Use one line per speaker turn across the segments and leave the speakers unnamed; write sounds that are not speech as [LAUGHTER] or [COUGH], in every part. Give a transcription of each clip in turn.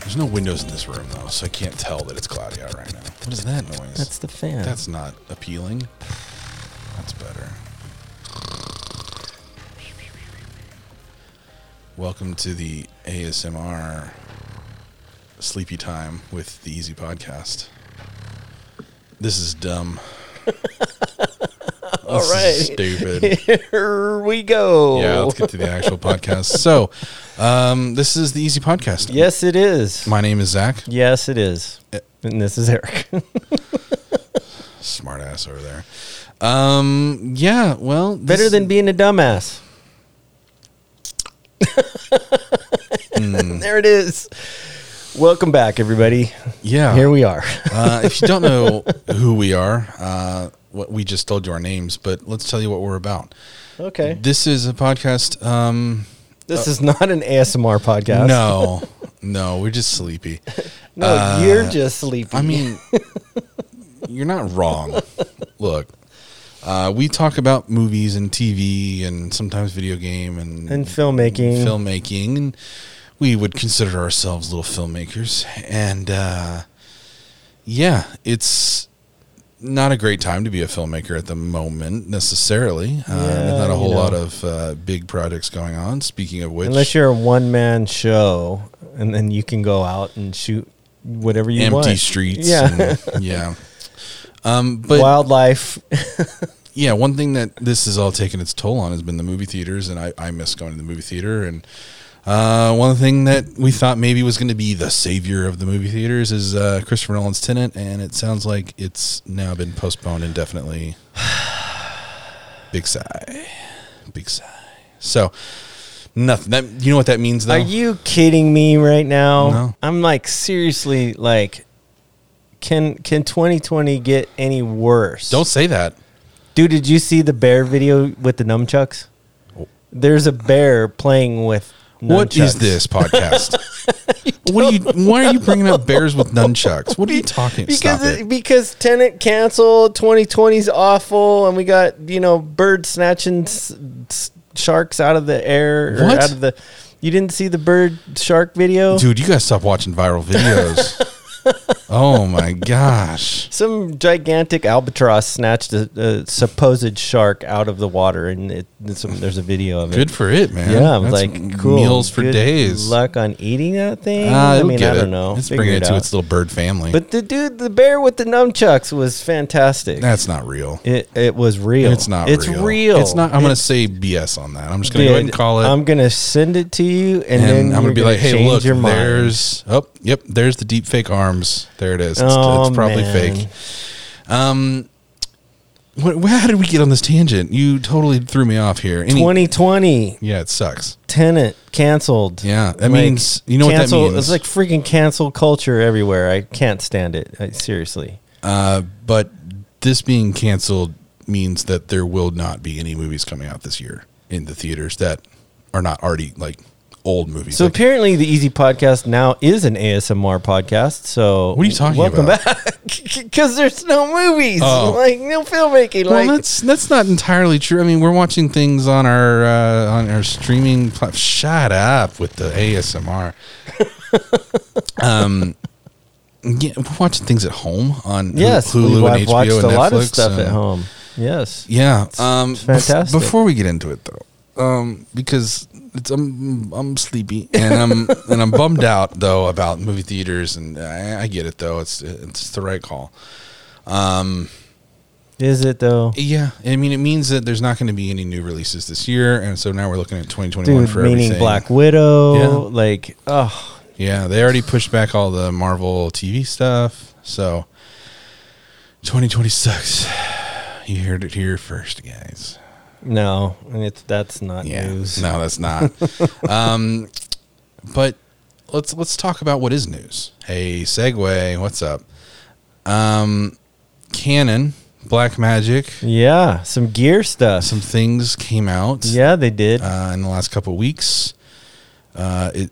There's no windows in this room though, so I can't tell that it's cloudy out right now. What is that noise?
That's the fan. [LAUGHS]
That's not appealing. That's better. Welcome to the ASMR sleepy time with the Easy Podcast. This is
[LAUGHS]
dumb. All
right. [LAUGHS]
stupid.
Here we go.
yeah, let's get to the actual podcast. So, um, this is the Easy Podcast.
yes, it is.
My Eh. name is Zach.
yes, it is. And this is Eric.
Smart ass over there. Um, yeah, well, this-
[LAUGHS] Better than being a dumbass.
Hmm.
[LAUGHS] there it is. Welcome back, everybody.
yeah.
Here
[LAUGHS]
we are.
uh, if you don't know [LAUGHS] who we are, uh, what we just told you our names, but let's tell you what we're about.
Okay.
This is a podcast. Um,
This is not an ASMR podcast. [LAUGHS]
no, no, we're just sleepy.
No,
uh,
you're just sleepy.
I mean, you're not wrong. Look, uh, we talk about movies and TV and sometimes video game and
and filmmaking.
filmmaking, and we would consider ourselves little filmmakers. And uh, yeah, it's not a great time to be a filmmaker at the moment necessarily. Uh, there's not a
Yeah, you
whole
know.
lot of uh, big projects going on. Speaking of which,
Unless you're a one man show and then you can go out and shoot whatever you
empty
want.
streets,
Yeah.
and-
[LAUGHS]
yeah. Um, but
Wildlife.
yeah, one thing that this has all taken its toll on has been the movie theaters, and I, I miss going to the movie theater. And uh, one thing that we thought maybe was going to be the savior of the movie theaters is uh, Christopher Nolan's Tenant, and it sounds like it's now been postponed indefinitely. [SIGHS] Big sigh, big sigh. So nothing. That you know what that means though.
Are you kidding me right now?
No.
I'm like seriously like can can 2020 get any worse?
Don't say that.
Dude, did you see the bear video with the nunchucks? There's a bear playing with nunchucks.
What is this
[LAUGHS]
podcast? what are you? Why are you bringing up bears with nunchucks? What are you talking?
Because
Stop
it,
it.
because tenant canceled, 2020's awful, and we got you know bird snatching s- s- sharks out of the air. Or
What?
out of the you didn't see the bird shark video?
Dude, you guys stop watching viral
[LAUGHS]
videos. oh my gosh.
Some gigantic albatross snatched a, a supposed shark out out of the water, and it, it's, there's a video of it.
Good for it, man.
yeah, I was
That's
like, cool.
Meals for
Good
days.
Luck on eating that thing.
Ah,
I
it'll
mean,
get
I
it.
don't know.
It's
Figure
bringing it,
it
to
out.
its little bird family.
But the dude, the bear with the nunchucks was fantastic.
that's not real.
It it was real.
It's not
It's
real.
real.
It's not I'm gonna say BS on that. I'm just gonna go ahead and
Dude,
call it
I'm gonna send it to you, and,
and
then
I'm gonna
you're
be like, hey,
change
look,
your mind.
there's oh yep, there's the deep fake arms. There it is. It's,
Oh,
it's probably
man.
fake. Um what, how did we get on this tangent? You totally threw me off here. Any-
2020
yeah, it sucks.
tenant canceled.
Yeah, that means- you know what that
cancel,
means.
It's like freaking cancel culture everywhere. I can't stand it. I, seriously,
Uh, but this being canceled means that there will not be any movies coming out this year in the theaters that are not already like old movies.
So
Like,
apparently, the Easy Podcast now is an ASMR podcast. So
What are you talking
welcome
about?
back, [LAUGHS] because there's no movies,
Oh.
like no filmmaking.
well,
like
that's that's not entirely true. I mean, we're watching things on our uh, on our streaming. Pl- Shut up with the [LAUGHS] ASMR. um, yeah, we're watching things at home on Hulu-
yes,
Hulu
we've-
and
I've
HBO
watched
and
a lot of
Netflix um,
stuff at
and-
home. Yes,
Yeah. Um, bef-
fantastic.
before we get into it though, um, because it's I'm I'm sleepy and
[LAUGHS]
I'm and I'm bummed out though about movie theaters and uh, I, I get it though. It's it's the right call.
is it though?
Yeah. I mean, it means that there's not going to be any new releases this year, and so now we're looking at 2021
Dude,
for
meaning
everything.
Black Widow.
Yeah.
Like, oh,
Yeah, they already pushed back all the Marvel TV stuff, so 2020 sucks. You heard it here first, guys.
no, and it's that's not news.
No, that's
[LAUGHS]
not. um, but let's let's talk about what is news. Hey, Segway, what's up? Um, Canon, Black Magic,
Yeah, some gear stuff.
some things came out.
yeah, they did.
Uh, in the last couple of weeks, uh, it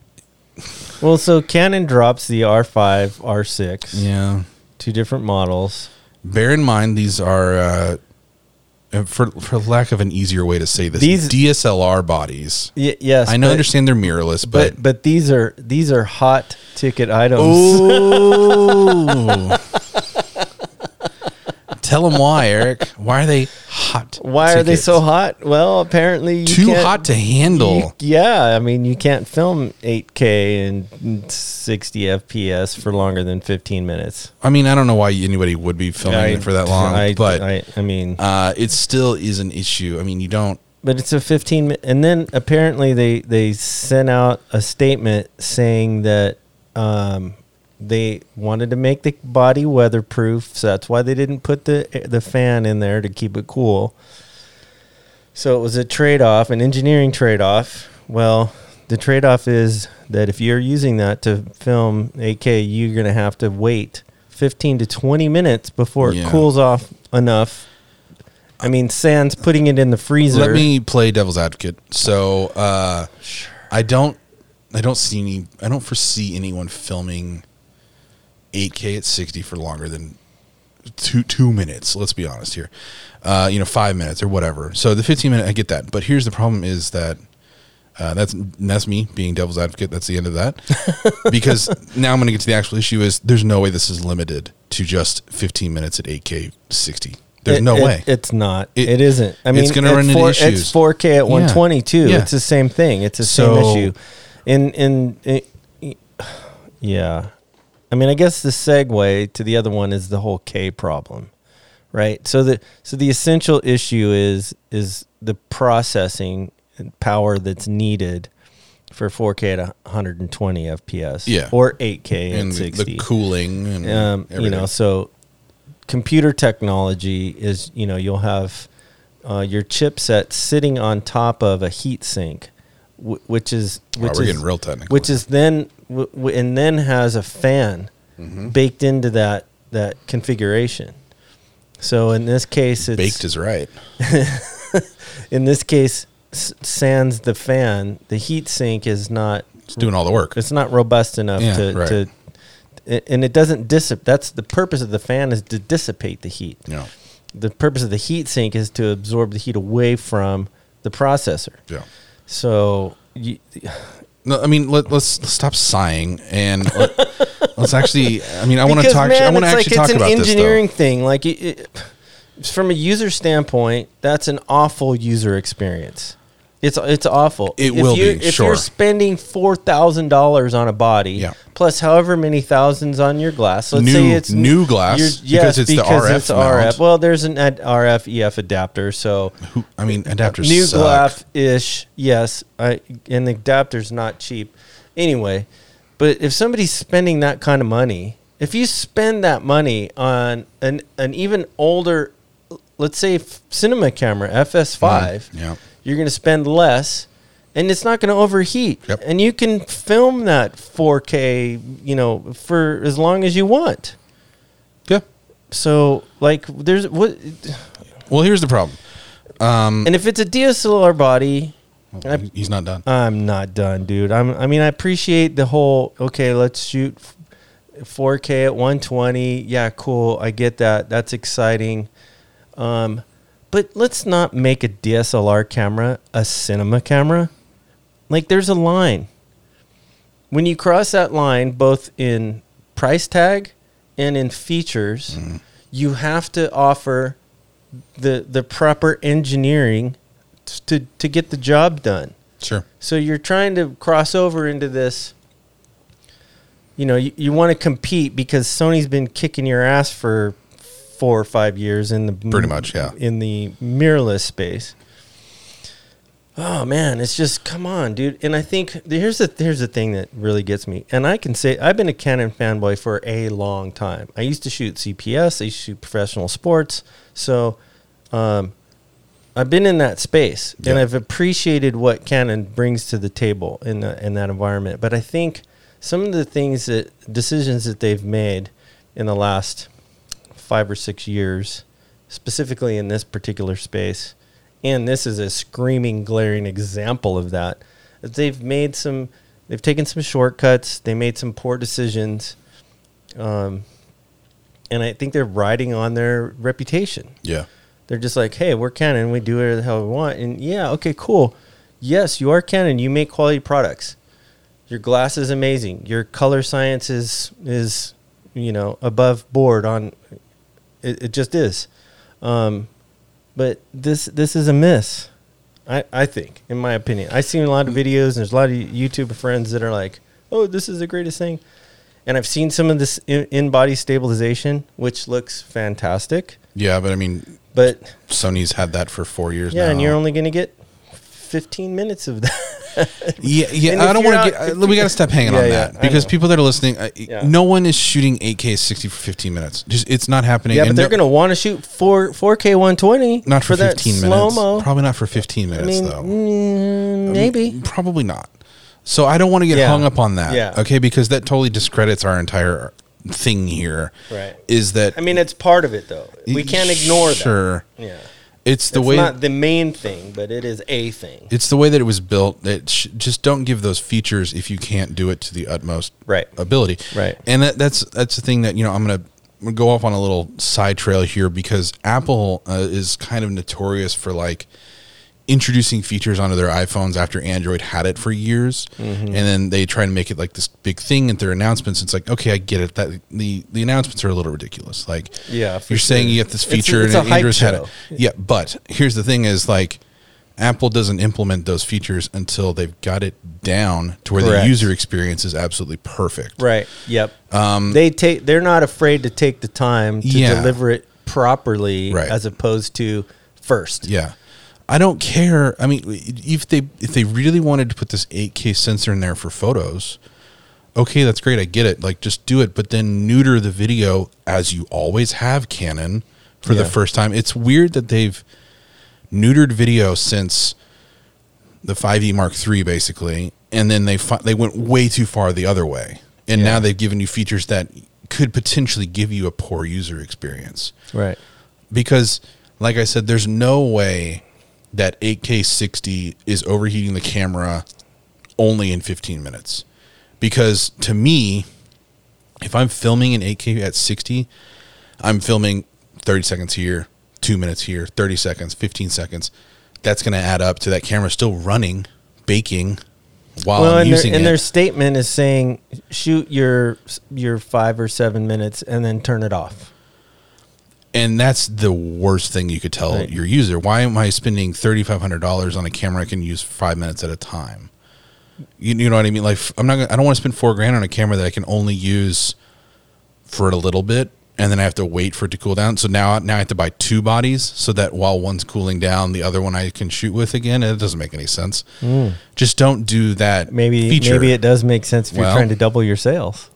well, so Canon drops the R5, R6,
yeah.
two different models.
Bear in mind these are uh, uh, for for lack of an easier way to say this,
These-
DSLR bodies.
Y- yes,
I know,
but-
understand they're mirrorless, but,
but but these are these are hot ticket items. [LAUGHS]
oh, tell them why, Eric. Why are they hot?
Why are they
tickets?
so hot? Well, apparently you
Too
can't-
hot to
you-
handle.
yeah, I mean you can't film 8K and 60 FPS for longer than 15 minutes.
I mean, I don't know why anybody would be filming it for that long,
I,
but
I, I mean,
uh, it still is an issue. I mean, you don't.
but it's a 15 mi- and then apparently they they sent out a statement saying that um, they wanted to make the body weatherproof so that's why they didn't put the the fan in there to keep it cool so it was a trade-off an engineering trade-off well the trade-off is that if you're using that to film ak you're going to have to wait 15 to 20 minutes before it
Yeah.
cools off enough I mean, sans putting it in the freezer.
Let me play devil's advocate. So uh, I don't, I don't see any, I don't foresee anyone filming 8K at 60 for longer than two two minutes. Let's be honest here, uh, you know, five minutes or whatever. So the 15 minute, I get that. But here's the problem: is that uh, that's that's me being devil's advocate. That's the end of that [LAUGHS] because now I'm going to get to the actual issue. Is there's no way this is limited to just 15 minutes at 8K 60. There's
It-
no
it-
way.
It's not.
It-
it isn't. I mean,
it's gonna
at
run into
four,
issues.
It's 4K at 120 too.
Yeah.
It's the same thing. It's the
So-
same issue. In in it- yeah, I mean, I guess the segue to the other one is the whole K problem, right? So the so the essential issue is is the processing and power that's needed for 4K to 120 FPS,
Yeah.
or 8K and
the-
60
the cooling and
um, you know
everything.
so computer technology is you know you'll have uh, your chipset sitting on top of a heat sink wh- which is
Wow,
which
we're
is
getting real technical
which
here.
is then w- w- and then has a fan
Mm-hmm.
baked into that that configuration so in this case it's
baked is right.
in this case s- sans the fan the heat sink is not
It's doing all the work.
it's not robust enough
Yeah,
to,
right.
to a- and it doesn't dissipate that's the purpose of the fan is to dissipate the heat
Yeah,
the purpose of the heat sink is to absorb the heat away from the processor
yeah.
so you,
No, I mean let, let's let's stop sighing and
[LAUGHS]
let, us actually. I mean, I want to
Because,
talk. I
man,
want to
it's
actually talk
it's an
about
engineering
this
thing like it, it- from a user standpoint that's an awful user experience it's it's awful
It will
you,
be,
if
sure.
you're spending $4000 on a body
Yeah.
plus however many thousands on your glass let's
New-
say it's
new glass,
you're-
because
yes,
it's the RF mount.
well there's an ad- rf ef adapter so
[LAUGHS] though. Who- I mean, adapters.
new
suck.
glass ish yes I, and the adapter's not cheap anyway but if somebody's spending that kind of money if you spend that money on an, an even older let's say f- cinema camera fs5
Mm, yeah.
you're going to spend less and it's not going to overheat
Yep.
and you can film that 4k you know for as long as you want
Yeah.
so like there's what
Well, here's the problem.
and if it's a dslr body I-
He- He's not done.
I'm not done, dude. I'm. I mean, I appreciate the whole. Okay, let's shoot f- 4K at 120. Yeah, cool. I get that. That's exciting. Um, but let's not make a DSLR camera a cinema camera. Like, there's a line. When you cross that line, both in price tag and in features, you have to offer the the proper engineering t- to to get the job done.
sure.
So you're trying to cross over into this. You know, you, you want to compete because Sony's been kicking your ass for four or five years in the
Pretty much, yeah.
in the mirrorless space. Oh man, it's just come on, dude. And I think here's the here's the thing that really gets me. And I can say I've been a Canon fanboy for a long time. I used to shoot CPS, I used to shoot professional sports, so um, I've been in that space and
Yeah.
I've appreciated what Canon brings to the table in the, in that environment. But I think some of the things that decisions that they've made in the last five or six years, specifically in this particular space, and this is a screaming, glaring example of that. that They've made some, they've taken some shortcuts, they made some poor decisions, um, and I think they're riding on their reputation
Yeah.
They're just like, hey, we're Canon. We do whatever the hell we want. And yeah, okay, cool. Yes, you are Canon. You make quality products. Your glass is amazing. Your color science is is you know above board on it, it just is. Um, but this this is a miss. I, I think, in my opinion, I've seen a lot of videos and there's a lot of YouTube friends that are like, "Oh, this is the greatest thing," and I've seen some of this in, in-body stabilization, which looks fantastic.
Yeah, but I mean,
But
Sony's had that for four years
yeah,
now.
and you're only going to get 15 minutes
[LAUGHS]
of that.
Yeah,
And
yeah. I
if
don't
you're
want
out-
to get.
if
uh, we
you-
got to stop hanging
Yeah,
on
yeah,
that
I
because
know.
people that are listening, I,
Yeah.
no one is shooting 8K 60 for 15 minutes. Just it's not happening.
yeah, but
And
they're
no-
going to want to shoot 4 4K 120
not for,
that
15 minutes.
slow-mo.
Probably not for 15
I
minutes
mean,
though.
mm, maybe.
Probably not. So I don't want to get
Yeah.
hung up on that.
Yeah.
Okay, because that totally discredits our entire thing here.
Right.
Is that
I mean, it's part of it though. We can't ignore
Sure.
that. Yeah.
It's the
it's
way
not the main thing, but it is a thing.
it's the way that it was built. It sh- just don't give those features if you can't do it to the utmost
Right.
ability.
Right.
And that, that's that's the thing that you know I'm gonna, I'm gonna go off on a little side trail here because Apple uh, is kind of notorious for like introducing features onto their iPhones after Android had it for years,
Mm-hmm.
and then they try to make it like this big thing at their announcements. It's like okay, I get it. That the the announcements are a little ridiculous. Like
Yeah, for
you're saying
sure.
you have this
It's-
feature
it's a
and
hype
Android's had it.
show.
Yeah, but here's the thing: is like Apple doesn't implement those features until they've got it down to where
Correct.
the user experience is absolutely perfect.
Right. Yep. they take. They're not afraid to take the time to
Um, Yeah.
deliver it properly,
Right.
as opposed to first.
Yeah. I don't care. I mean, if they if they really wanted to put this 8K sensor in there for photos, okay, that's great. I get it. Like, just do it, but then neuter the video as you always have Canon for the
Yeah.
first time. It's weird that they've neutered video since the 5e Mark III, basically, and then they fi- they went way too far the other way, and now they've given you features that could potentially give you a poor user experience
Right.
because like I said, there's no way that 8K 60 is overheating the camera only in 15 minutes. Because to me, if I'm filming in 8K at 60, I'm filming 30 seconds here, two minutes here, 30 seconds, 15 seconds. That's going to add up to that camera still running, baking while
Well,
I'm
and,
using
their, and
it.
their statement is saying, shoot your your five or seven minutes and then turn it off.
And that's the worst thing you could tell
Right.
your user. Why am I spending thirty five hundred dollars on a camera I can use five minutes at a time? You, you know what I mean? Like f- I'm not. Gonna, I don't want to spend four grand on a camera that I can only use for a little bit, and then I have to wait for it to cool down. So now now I have to buy two bodies so that while one's cooling down, the other one I can shoot with again. It doesn't make any sense. Just don't do that.
Hmm. Maybe
feature.
maybe it does make sense if
Well-
you're trying to double your sales.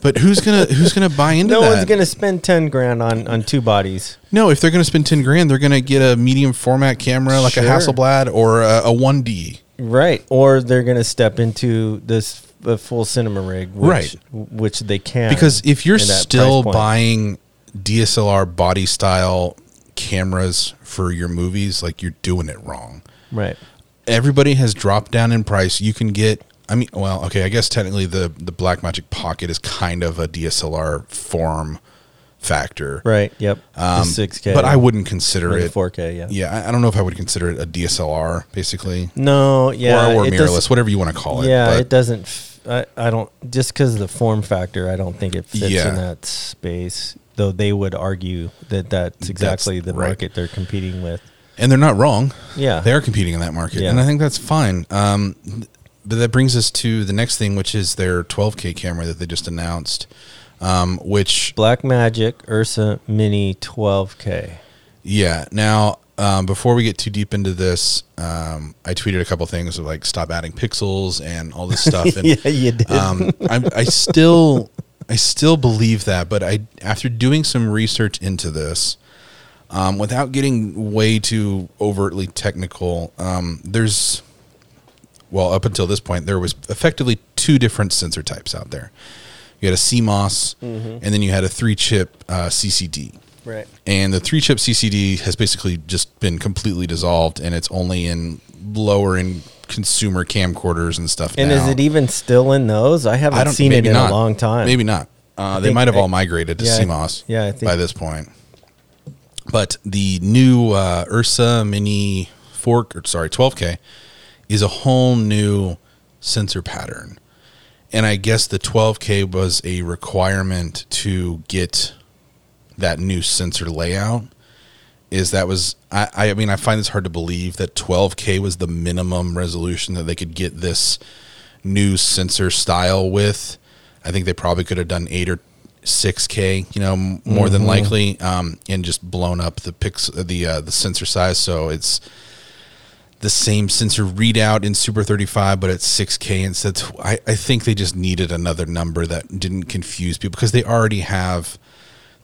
But who's gonna who's gonna
[LAUGHS]
buy into
No
that?
one's gonna spend ten grand on on two bodies.
No, if they're going to spend 10 grand, they're going to get a medium format camera like
Sure.
a Hasselblad or a, a 1D.
Right. Or they're going to step into this uh, full cinema rig, which,
Right.
Which they can
Because if you're
in that
still
price point.
buying DSLR body style cameras for your movies, like you're doing it wrong.
right,
Everybody has dropped down in price. You can get I mean, well, okay, I guess technically the the Blackmagic Pocket is kind of a DSLR form factor.
right, yep,
Um,
six K,
But I wouldn't consider it.
four K, yeah,
Yeah, I, I don't know if I would consider it a DSLR basically.
no, yeah,
or, or
it
mirrorless, whatever you want to call
does,
it.
yeah,
but-
it doesn't. F- I, I don't just because of the form factor, I don't think it fits
Yeah.
in that space. Though they would argue that that's exactly the
right.
market they're competing with.
and they're not wrong.
Yeah.
they are competing in that market,
Yeah.
and I think that's fine. Um, th- but that brings us to the next thing, which is their 12K camera that they just announced. Um, which,
Black Magic Ursa Mini 12K.
yeah. Now, um, before we get too deep into this, um, I tweeted a couple things of like stop adding pixels and all this
[LAUGHS]
stuff. And
yeah, you did.
um, I, I still I still believe that, but I after doing some research into this, um, without getting way too overtly technical, um, there's well up until this point there was effectively two different sensor types out there. You had a CMOS,
Mm-hmm.
and then you had a three chip uh, CCD
right.
and the three chip CCD has basically just been completely dissolved, and it's only in lower end consumer camcorders and stuff.
And
now.
is it even still in those? I haven't seen it
maybe
in
not.
a long time.
Maybe not. Uh, they
think-
might have
I-
all migrated to
yeah, I-
CMOS.
yeah, I think-
by this point. But the new uh, Ursa Mini Fork, or sorry, 12K, is a whole new sensor pattern. And I guess the 12K was a requirement to get that new sensor layout. Is that was, I, I mean, I find this hard to believe that 12K was the minimum resolution that they could get this new sensor style with. I think they probably could have done eight or 6K, you know, m- more than likely, um, and just blown up the pix the uh, the sensor size. So it's the same sensor readout in Super 35, but it's 6K instead. So I, I think they just needed another number that didn't confuse people because they already have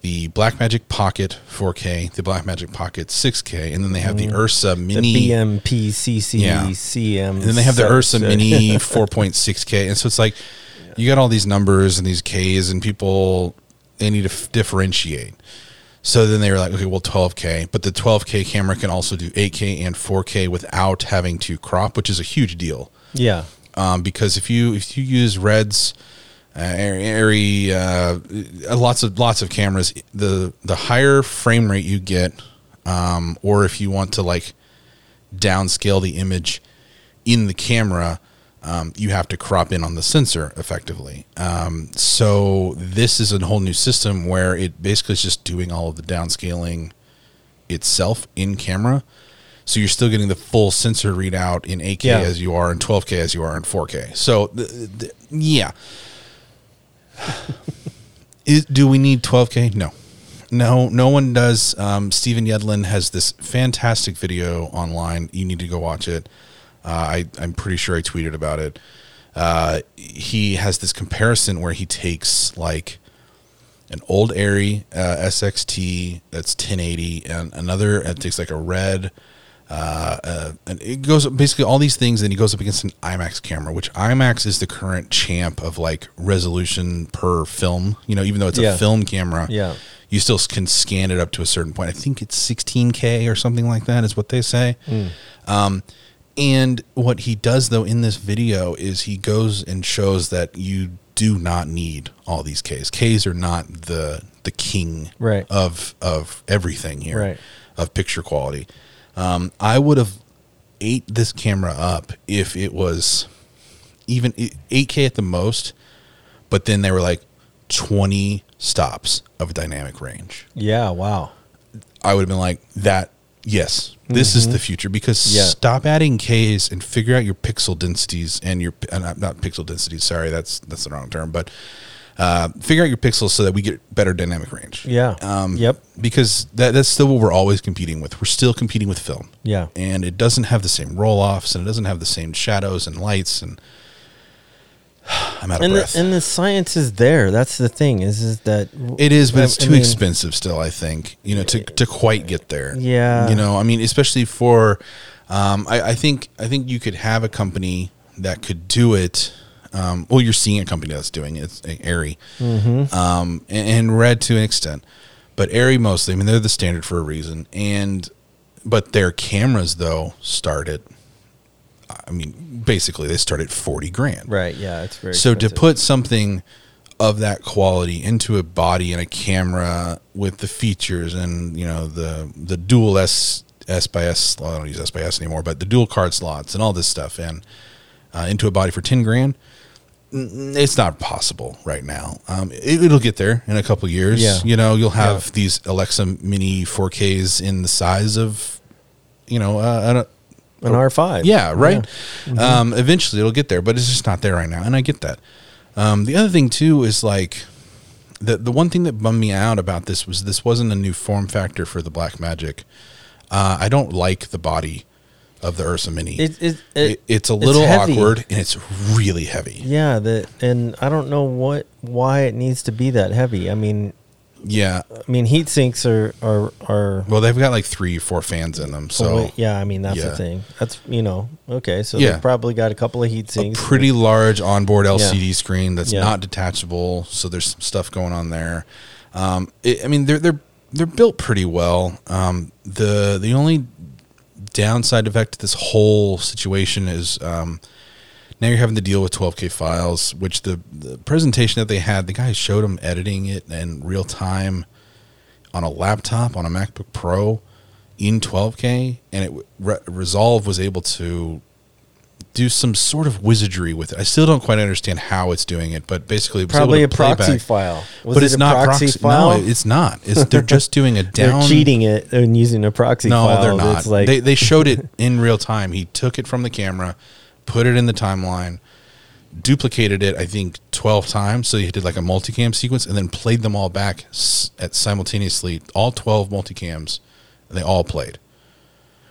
the Blackmagic Pocket 4K, the Blackmagic Pocket 6K, and then they have the Ursa
The
Mini.
BMPCC
Yeah.
CM.
And then they have the Ursa
subset.
Mini 4.6K. And so it's like, you got all these numbers and these Ks, and people, they need to f- differentiate. So then they were like, okay, well, 12K. But the 12K camera can also do 8K and 4K without having to crop, which is a huge deal.
Yeah.
Um, because if you if you use reds, uh, airy, uh, lots of lots of cameras, the the higher frame rate you get, um, or if you want to like downscale the image in the camera, um, you have to crop in on the sensor effectively. Um, so this is a whole new system where it basically is just doing all of the downscaling itself in camera. So you're still getting the full sensor readout in 8K
Yeah.
as you are in 12K as you are in 4K. So th- th- yeah. [LAUGHS] Is, do we need 12K? No. No, no one does. Um, Steven Yedlin has this fantastic video online. You need to go watch it. Uh, I, I'm pretty sure I tweeted about it. Uh, he has this comparison where he takes like an old Airy uh, SXT that's 1080, and another it takes like a red. Uh, uh, and it goes basically all these things, and he goes up against an IMAX camera, which IMAX is the current champ of like resolution per film. You know, even though it's
Yeah.
a film camera,
Yeah.
you still can scan it up to a certain point. I think it's 16K or something like that, is what they say.
Hmm.
Um, and what he does, though, in this video is he goes and shows that you do not need all these Ks. Ks are not the the king
Right.
of of everything here
Right.
of picture quality. Um, I would have ate this camera up if it was even 8K at the most, but then they were like 20 stops of dynamic range.
Yeah. Wow.
I would have been like, that, yes, this is the future because
Mm-hmm. Yeah.
stop adding Ks and figure out your pixel densities and your, and not- not pixel densities, sorry, that's, that's the wrong term, but uh, figure out your pixels so that we get better dynamic range.
Yeah.
Um,
Yep.
Because that, that's still what we're always competing with. We're still competing with film.
Yeah.
And it doesn't have the same roll offs and it doesn't have the same shadows and lights. And [SIGHS] I'm out of
And the,
breath.
and the science is there. That's the thing is is that w-
It is, but
I-
it's
I
too
mean-
expensive still. I think you know to to quite get there.
Yeah.
you know, I mean, especially for, um, I, I think I think you could have a company that could do it. Um, well, you're seeing a company that's doing it. It's Airy,
Mm-hmm.
um, and, and Red to an extent, but Airy mostly. I mean, they're the standard for a reason, and but their cameras though start at, I mean, basically they start at forty grand.
Right. Yeah. It's very
So to
expensive.
put something of that quality into a body and a camera with the features and you know the the dual S S by S well, I don't use S by S anymore, but the dual card slots and all this stuff and uh, into a body for ten grand, n- it's not possible right now. Um, it, it'll get there in a couple of years.
Yeah.
You know, you'll have these Alexa Mini 4Ks in the size of you know uh, an,
an R five.
yeah, right.
Mm-hmm.
Um, eventually it'll get there, but it's just not there right now, and I get that. Um, the other thing too is like the the one thing that bummed me out about this was this wasn't a new form factor for the Black Magic. Uh, I don't like the body of the Ursa Mini.
It, it, it,
It- it's a little
heavy.
awkward and it's really heavy.
Yeah. The and I don't know what why it needs to be that heavy. I mean,
Yeah.
I mean heat sinks are are are.
Well, they've got like three, four fans in
Oh,
them, so
Well, yeah, I mean that's
yeah.
the thing. That's you know okay. So
Yeah.
they've probably got a couple of heat
a
sinks.
pretty large onboard LCD screen that's
Yeah.
not detachable. So there's some stuff going on there. Um, it, I mean, they're they're they're built pretty well. Um, the the only downside effect to this whole situation is um, now you're having to deal with 12k files, which the, the presentation that they had, the guy showed them editing it in real time on a laptop on a MacBook Pro in 12K, and it w- Re- Resolve was able to do some sort of wizardry with it. I still don't quite understand how it's doing it, but basically, it was able
Probably
to
a
play
proxy
back-
file. Was
but
it
it's
a
not
proxy
proxy,
file?
No, it's not. It's they're just doing a down.
[LAUGHS] They're cheating it and using a proxy
No,
file.
they're not.
that's like
they they showed
[LAUGHS]
it in real time. He took it from the camera, put it in the timeline, duplicated it. I think twelve times. So he did like a multicam sequence, and then played them all back s- at simultaneously. All twelve multicams, and they all played.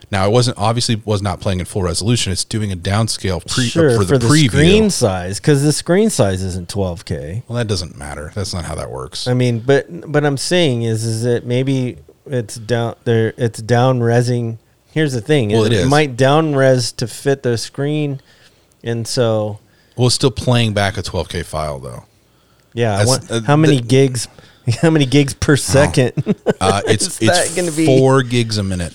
Now it wasn't obviously was not playing in full resolution. It's doing a downscale pre, uh,
sure
for the preview.
screen size because the screen size isn't 12k.
Well, that doesn't matter. That's not how that works.
I mean, but but I'm saying is is that maybe it's down there. It's down resing. Here's the thing.
Well, it is.
might down res to fit the screen, and so
Well, it's still playing back a 12k file though.
[LAUGHS] yeah. I
That's-
want,
uh,
how many
the-
gigs? [LAUGHS] How many gigs per second? [LAUGHS]
Uh, it's
Is
it's
that gonna be-
four gigs a minute.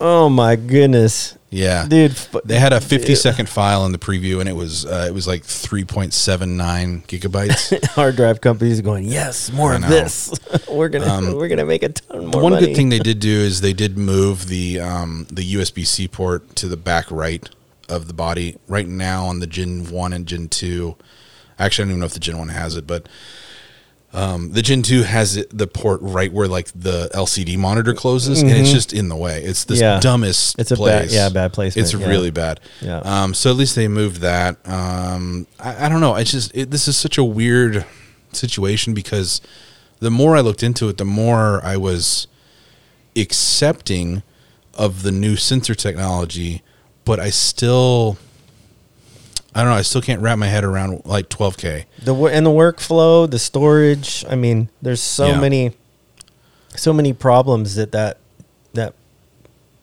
oh my goodness,
Yeah,
dude! f-
They had a 50 second file in the preview, and it was uh, it was like 3.79
[LAUGHS]
gigabytes.
[LAUGHS] hard drive companies are going. Yes, more
I
of
know. Um,
this. [LAUGHS] we're gonna we're gonna make a ton more.
One
money.
good thing they did do is they did move the um, the USB C port to the back right of the body. Right now on the Gen One and Gen Two, actually I don't even know if the Gen One has it, but um, the Gen Two has it, the port right where like the LCD monitor closes, and it's just in the way. It's this
Mm-hmm. Yeah.
dumbest.
It's a ba-
place.
yeah, bad placement,
It's
yeah.
really bad.
Yeah.
Um, so at least they moved that. Um, I, I don't know. It's just it, this is such a weird situation because the more I looked into it, the more I was accepting of the new sensor technology, but I still. I don't know. I still can't wrap my head around like 12k.
the wo- and the workflow, the storage. I mean, there's so
Yeah.
many, so many problems that that that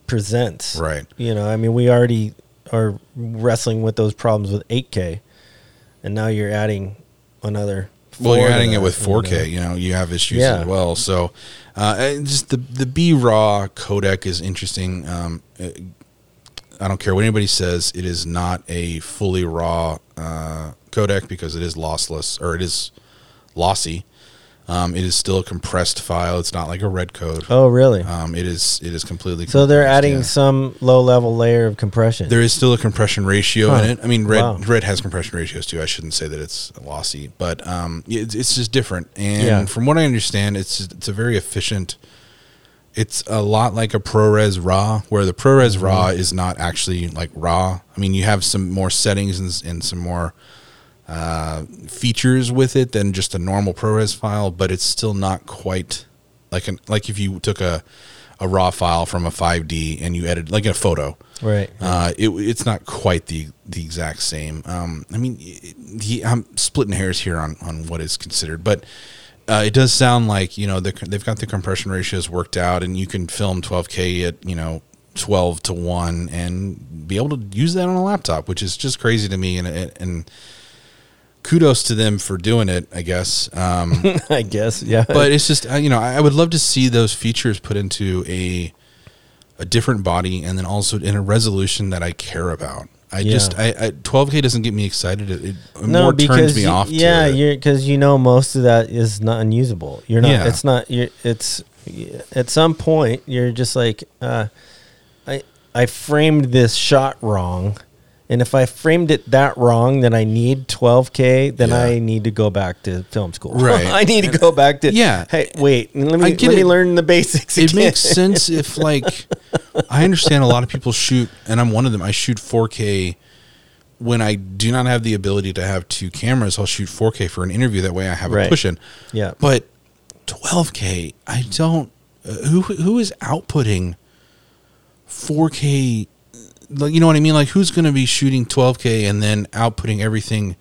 presents.
Right.
You know, I mean, we already are wrestling with those problems with 8K, and now you're adding another.
Well,
four
you're
to
adding it
that,
with
you
4K.
know.
You know, you have issues
uh, Yeah.
as well. So, uh, and just the the B raw codec is interesting. Um, uh, I don't care what anybody says; it is not a fully raw uh, codec because it is lossless or it is lossy. Um, it is still a compressed file. It's not like a red code.
Oh, really?
Um, it is it is completely.
so they're
compressed,
adding
yeah.
some low level layer of compression.
There is still a compression ratio
Huh.
in it. I mean, red
Wow.
red has compression ratios too. I shouldn't say that it's lossy, but um, it's, it's just different. And
Yeah.
from what I understand, it's it's a very efficient. It's a lot like a ProRes RAW, where the ProRes
Mm-hmm.
RAW is not actually like RAW. I mean, you have some more settings and, s- and some more uh, features with it than just a normal ProRes file, but it's still not quite like an like if you took a a RAW file from a 5D and you edited like a photo. [LAUGHS]
right.
Uh, it, it's not quite the the exact same. Um, I mean, it- he, I'm splitting hairs here on on what is considered, but uh, it does sound like you know the, they've got the compression ratios worked out, and you can film 12k at you know 12 to one, and be able to use that on a laptop, which is just crazy to me. And and, and kudos to them for doing it, I guess. Um,
I guess. [LAUGHS] Yeah.
but it's just uh, you know I, I would love to see those features put into a a different body and then also in a resolution that I care about. I
Yeah.
just I, I 12k doesn't get me excited. It, it more turns
because
me
you-
off.
Yeah, [LAUGHS]
to it.
because you know most of that is not unusable. You're not.
Yeah.
It's not. You're, it's at some point you're just like, uh, I I framed this shot wrong, and if I framed it that wrong, then I need 12k. Then
Yeah.
I need to go back to film school. [LAUGHS]
Right.
I need to go back to.
Yeah.
Hey, wait. Let
I
me let
get
me
it.
learn the basics.
it
Again. [LAUGHS]
makes sense if like I understand a lot of people shoot, and I'm one of them. I shoot 4K when I do not have the ability to have two cameras. I'll shoot 4K for an interview. That way, I have
Right.
a push in.
Yeah.
but 12k i don't uh, who who is outputting 4k like you know what i mean like who's going to be shooting 12k and then outputting everything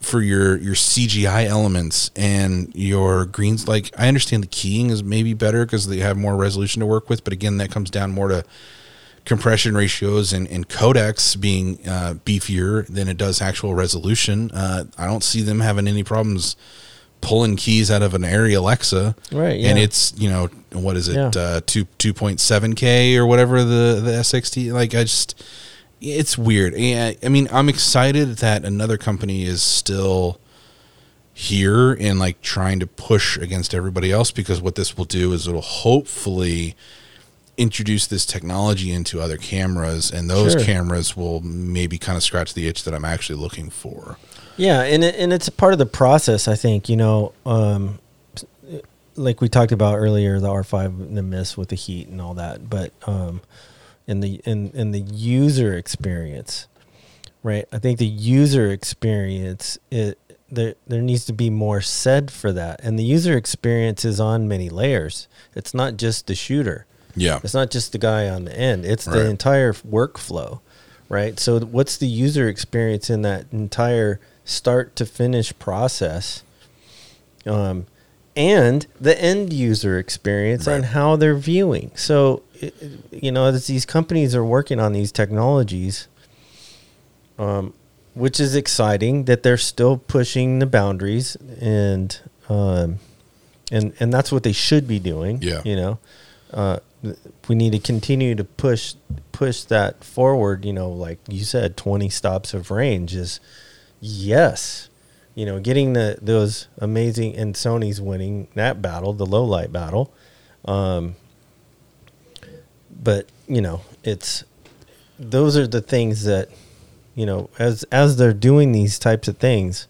for your your cgi elements and your greens like i understand the keying is maybe better because they have more resolution to work with but again that comes down more to compression ratios and, and codecs being uh, beefier than it does actual resolution uh, i don't see them having any problems pulling keys out of an Arri Alexa,
Right,
And
yeah.
it's you know what is it
Yeah.
uh, two two point seven k or whatever the the SXT like I just it's weird. And I mean I'm excited that another company is still here and like trying to push against everybody else because what this will do is it'll hopefully introduce this technology into other cameras and those
Sure.
cameras will maybe kind of scratch the itch that I'm actually looking for.
Yeah, and it, and it's a part of the process. I think you know, um, like we talked about earlier, the R five and the miss with the heat and all that, but um, in the in in the user experience, right? I think the user experience it there there needs to be more said for that, and the user experience is on many layers. It's not just the shooter.
Yeah.
It's not just the guy on the end. It's
Right.
the entire workflow, right? So th- what's the user experience in that entire start to finish process? Um, and the end user experience on
Right.
how they're viewing. So, it, it- you know, as these companies are working on these technologies, um, which is exciting that they're still pushing the boundaries and, um, and, and that's what they should be doing.
Yeah.
You know, uh, th- we need to continue to push push that forward. You know, like you said, twenty stops of range is yes. You know, getting the those amazing and Sony's winning that battle, the low light battle. Um, but you know, it's those are the things that you know as as they're doing these types of things.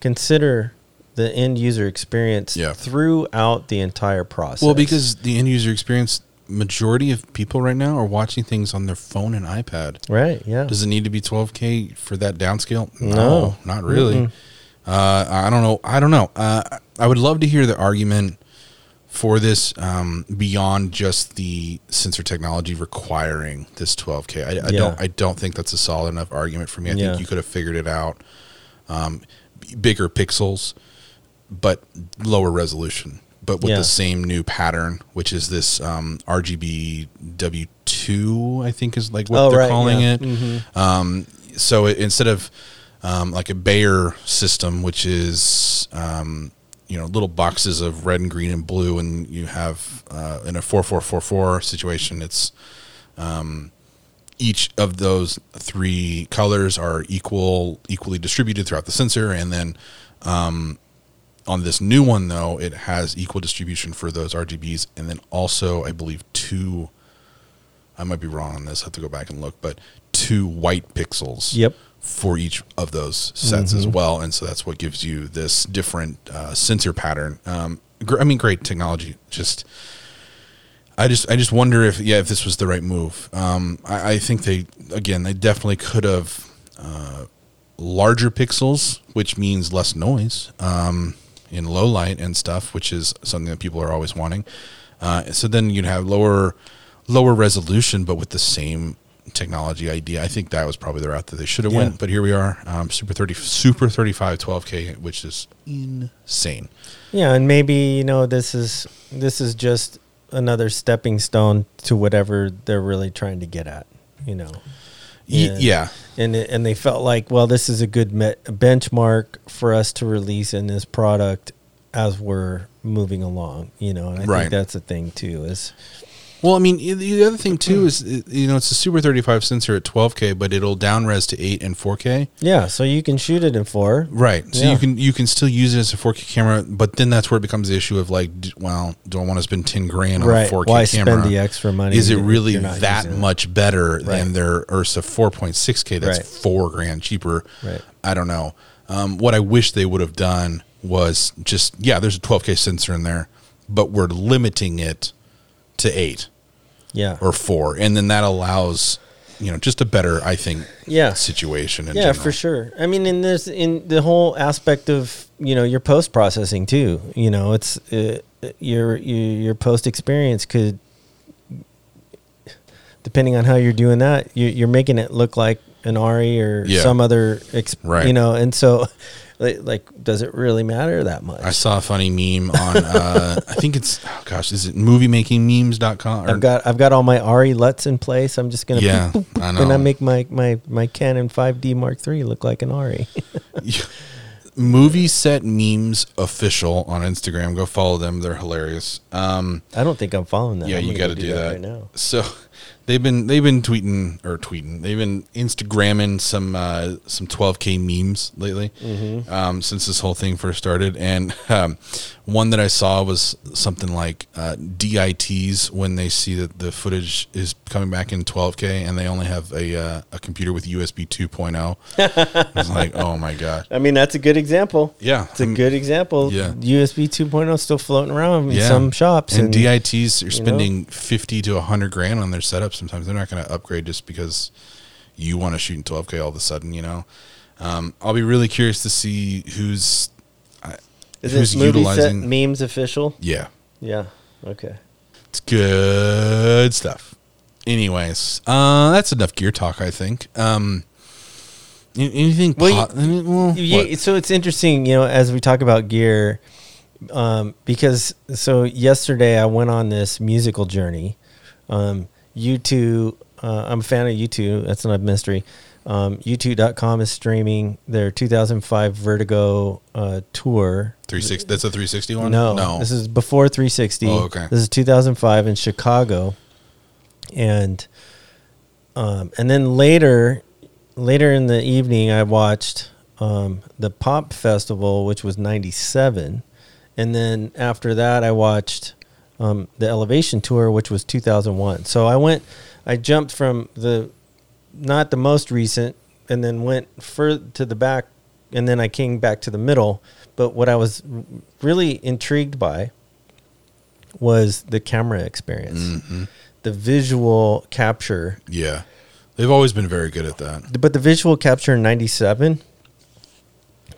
Consider the end user experience
Yeah.
throughout the entire process.
Well, because the end user experience, majority of people right now are watching things on their phone and iPad.
Right. Yeah.
Does it need to be 12K for that downscale? No,
No.
not really. Uh, I don't know. I don't know. Uh, I would love to hear the argument for this um, beyond just the sensor technology requiring this 12K. I, I
Yeah.
don't. I don't think that's a solid enough argument for me. I
Yeah.
think you could have figured it out. Um, b- bigger pixels, but lower resolution, but with
Yeah.
the same new pattern, which is this um, RGB W2, I think is like what
Oh,
they're
right,
calling
yeah. Mm-hmm.
it. Um, so it, instead of um, like a Bayer system, which is um, you know little boxes of red and green and blue, and you have uh, in a four four four four situation, it's each of those three colors are equal equally distributed throughout the sensor and then um, on this new one though it has equal distribution for those rgbs and then also i believe two i might be wrong on this i have to go back and look but two white pixels
Yep.
for each of those sets as well and so that's what gives you this different uh, sensor pattern um, gr- i mean great technology just I just I just wonder if yeah if this was the right move. Um, I, I think they again they definitely could have uh, larger pixels, which means less noise um, in low light and stuff, which is something that people are always wanting. Uh, so then you'd have lower lower resolution, but with the same technology idea. I think that was probably the route that they should have
Yeah.
went. But here we are, um, super thirty super thirty five twelve K, which is insane.
Yeah, and maybe you know this is this is just another stepping stone to whatever they're really trying to get at. You know,
Yeah.
Yeah.
yeah.
and it- and they felt like, well, this is a good me- benchmark for us to release in this product as we're moving along. You know, and I
Right.
think that's a thing too. Is
Well, I mean, i- the other thing too is i- you know it's a Super 35 sensor at 12K, but it'll downres to 8 and 4K.
yeah, so you can shoot it in four.
Right. So
Yeah.
you can you can still use it as a 4K camera, but then that's where it becomes the issue of like, d- well, do I want to spend 10 grand on
Right.
a 4K
Why
camera?
spend the extra money?
Is it
if
really
you're not
that
using it?
much better
Right.
than their Ursa 4.6K? That's
Right.
four grand cheaper.
Right.
I don't know. Um, what I wish they would have done was just yeah, there's a 12K sensor in there, but we're limiting it to eight
Yeah.
or four, and then that allows you know just a better, I think,
Yeah.
situation. In
yeah
general.
for sure i mean in this in the whole aspect of you know your post processing too you know it's uh, your, your your post experience could depending on how you're doing that you, you're making it look like an ari or
Yeah.
some other ex-
Right.
you know and so [LAUGHS] li- like does it really matter that much
I saw a funny meme on uh, I think it's oh gosh, is it moviemakingmemes.com or
I've got I've got all my Ari Lutz in place. I'm just gonna
Yeah,
boop, boop, boop,
I
and I
know.
make my my my Canon 5D Mark III look like an E. Ari.
[LAUGHS] movie set memes official on Instagram. Go follow them; they're hilarious. Um,
[LAUGHS] I don't think I'm following that.
yeah,
I'm
you got
gonna go
to do, that.
right now.
So They've been they've been tweeting or tweeting. They've been Instagramming some uh, some 12k memes lately
Mm-hmm.
um, since this whole thing first started. And um, one that I saw was something like uh, DITs when they see that the footage is coming back in 12k and they only have a uh, a computer with USB
[LAUGHS]
2.0. I was oh. like, oh my god,
I mean, that's a good example.
yeah,
It's a good example.
Yeah.
USB 2.0 is still floating around in
Yeah.
some shops.
And, DITs are spending fifty to hundred grand on their setup. Sometimes they're not going to upgrade just because you want to shoot in twelve k all of a sudden. You know, um, I'll be really curious to see who's who's
is this movie set
utilizing-
memes official?
yeah,
Yeah. Okay.
it's good stuff. Anyways, uh, that's enough gear talk. I think. Um, a- anything?
Well,
po- well,
You-
what?
so it's interesting, you know, as we talk about gear, um, because so yesterday I went on this musical journey. Um, U2, uh, I'm a fan of U2. That's not a mystery. Um, U2.com is streaming their 2005 Vertigo uh, tour.
three six. That's a three sixty one.
No,
no.
This is before 360.
Oh, okay.
This is 2005 in Chicago, and um, and then later, later in the evening, I watched um, the Pop Festival, which was '97, and then after that, I watched um, the Elevation Tour, which was 2001. So I went, I jumped from the not the most recent, and then went fur to the back, and then I came back to the middle. But what I was r- really intrigued by was the camera experience, the visual capture.
yeah, they've always been very good at that.
But the visual capture in '97,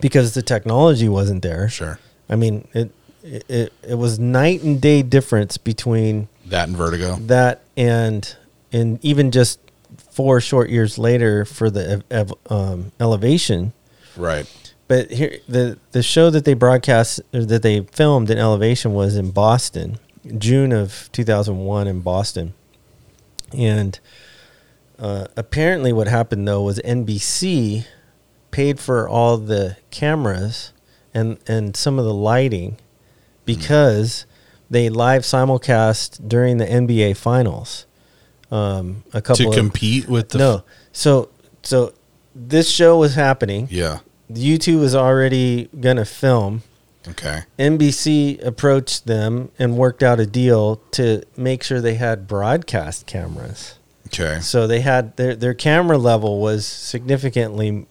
because the technology wasn't there.
Sure,
I mean, it, it it it was night and day difference between
that and Vertigo.
that and and even just four short years later for the ev- ev- um, elevation
Right.
but here the the show that they broadcast or that they filmed in elevation was in boston june of 2001 in boston and uh, apparently what happened though was nbc paid for all the cameras and and some of the lighting because they live simulcast during the nba finals um, a couple
To
of,
compete with the
no so so this show was happening
yeah.
U2 was already going to film.
Okay.
NBC approached them and worked out a deal to make sure they had broadcast cameras.
Okay.
So they had their their camera level was significantly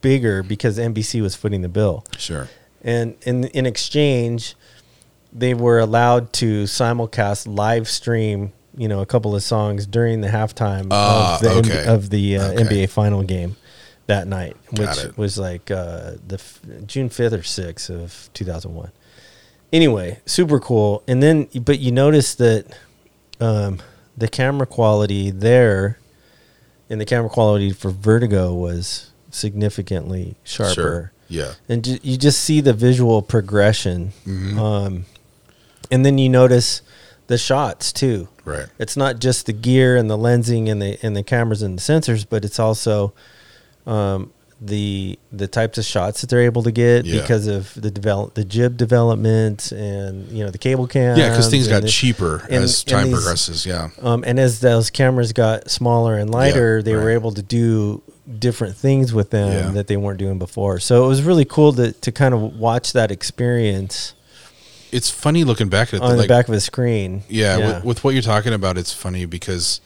bigger because NBC was footing the bill.
Sure.
And in in exchange, they were allowed to simulcast live stream, you know, a couple of songs during the halftime
Ah,
of the, N-
okay.
of the uh,
Okay.
NBA final game that night,
Got
which
it.
was like uh, the f- June fifth or sixth of two thousand one. Anyway, super cool. And then, but you notice that um, the camera quality there and the camera quality for Vertigo was significantly sharper
Sure. Yeah.
and ju- you just see the visual progression
Mm-hmm.
um, and then you notice the shots too
Right.
it's not just the gear and the lensing and the and the cameras and the sensors but it's also um, the the types of shots that they're able to get
Yeah.
because of the develop the jib development and you know the cable cam
Yeah, because things got cheaper
and-
as
and
time
these-
progresses. Yeah.
um, and as those cameras got smaller and lighter, they were
right.
able to do different things with them
Yeah.
that they weren't doing before. So it was really cool to, to kind of watch that experience
It's funny looking back at it.
on
like,
the back of a screen.
yeah, With, with what you're talking about, it's funny because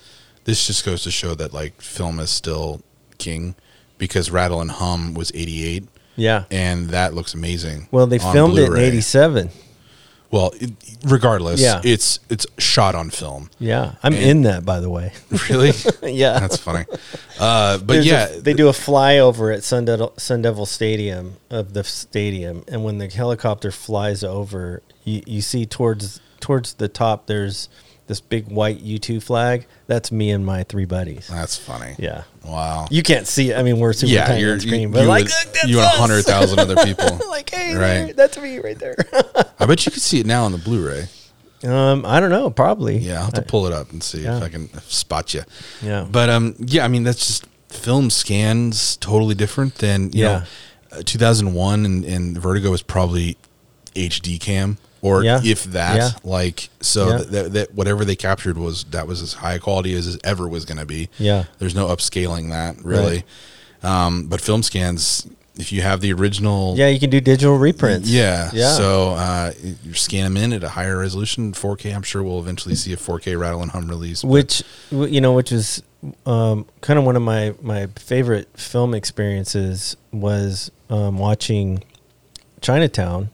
this just goes to show that like film is still king because Rattle and Hum was 88
yeah.
and that looks amazing.
Well, they
on
filmed it in
Blu-ray.
'87.
Well, it, regardless,
Yeah.
it's it's shot on film. [LAUGHS]
Yeah, I'm
And-
in that, by the way. [LAUGHS]
Really?
yeah,
That's funny. Uh, but
There's a-
yeah,
they do a flyover at Sun Devil, Sun Devil Stadium of the stadium, and when the helicopter flies over, you, you see towards towards the top. There's this big white U two flag. That's me and my three buddies.
that's funny.
Yeah,
Wow.
you can't see it. I mean, we're super
yeah,
tiny
you're
on screen,
you,
but
you
like,
and-
look, that's
you and
us.
100,000 other people.
[LAUGHS] like, hey,
Right.
there, that's me right there. [LAUGHS]
I bet you could see it now on the Blu-ray.
um, I don't know, probably.
Yeah, I'll have to pull it up and see
yeah.
if I can spot you.
Yeah.
But um, yeah, I mean that's just film scans totally different than you
Yeah.
know, uh, 2001 and, and Vertigo was probably HD cam or
Yeah.
if that.
Yeah.
Like so
Yeah.
that, that, that whatever they captured was that was as high quality as it ever was going to be.
Yeah.
there's no upscaling that really. Um, but film scans, if you have the original,
Yeah, you can do digital reprints.
yeah.
Yeah.
So uh, you scan them in at a higher resolution, 4K. I'm sure we'll eventually see a 4K Rattle and Hum release.
which w- you know which was um, kind of one of my my favorite film experiences was um, watching Chinatown,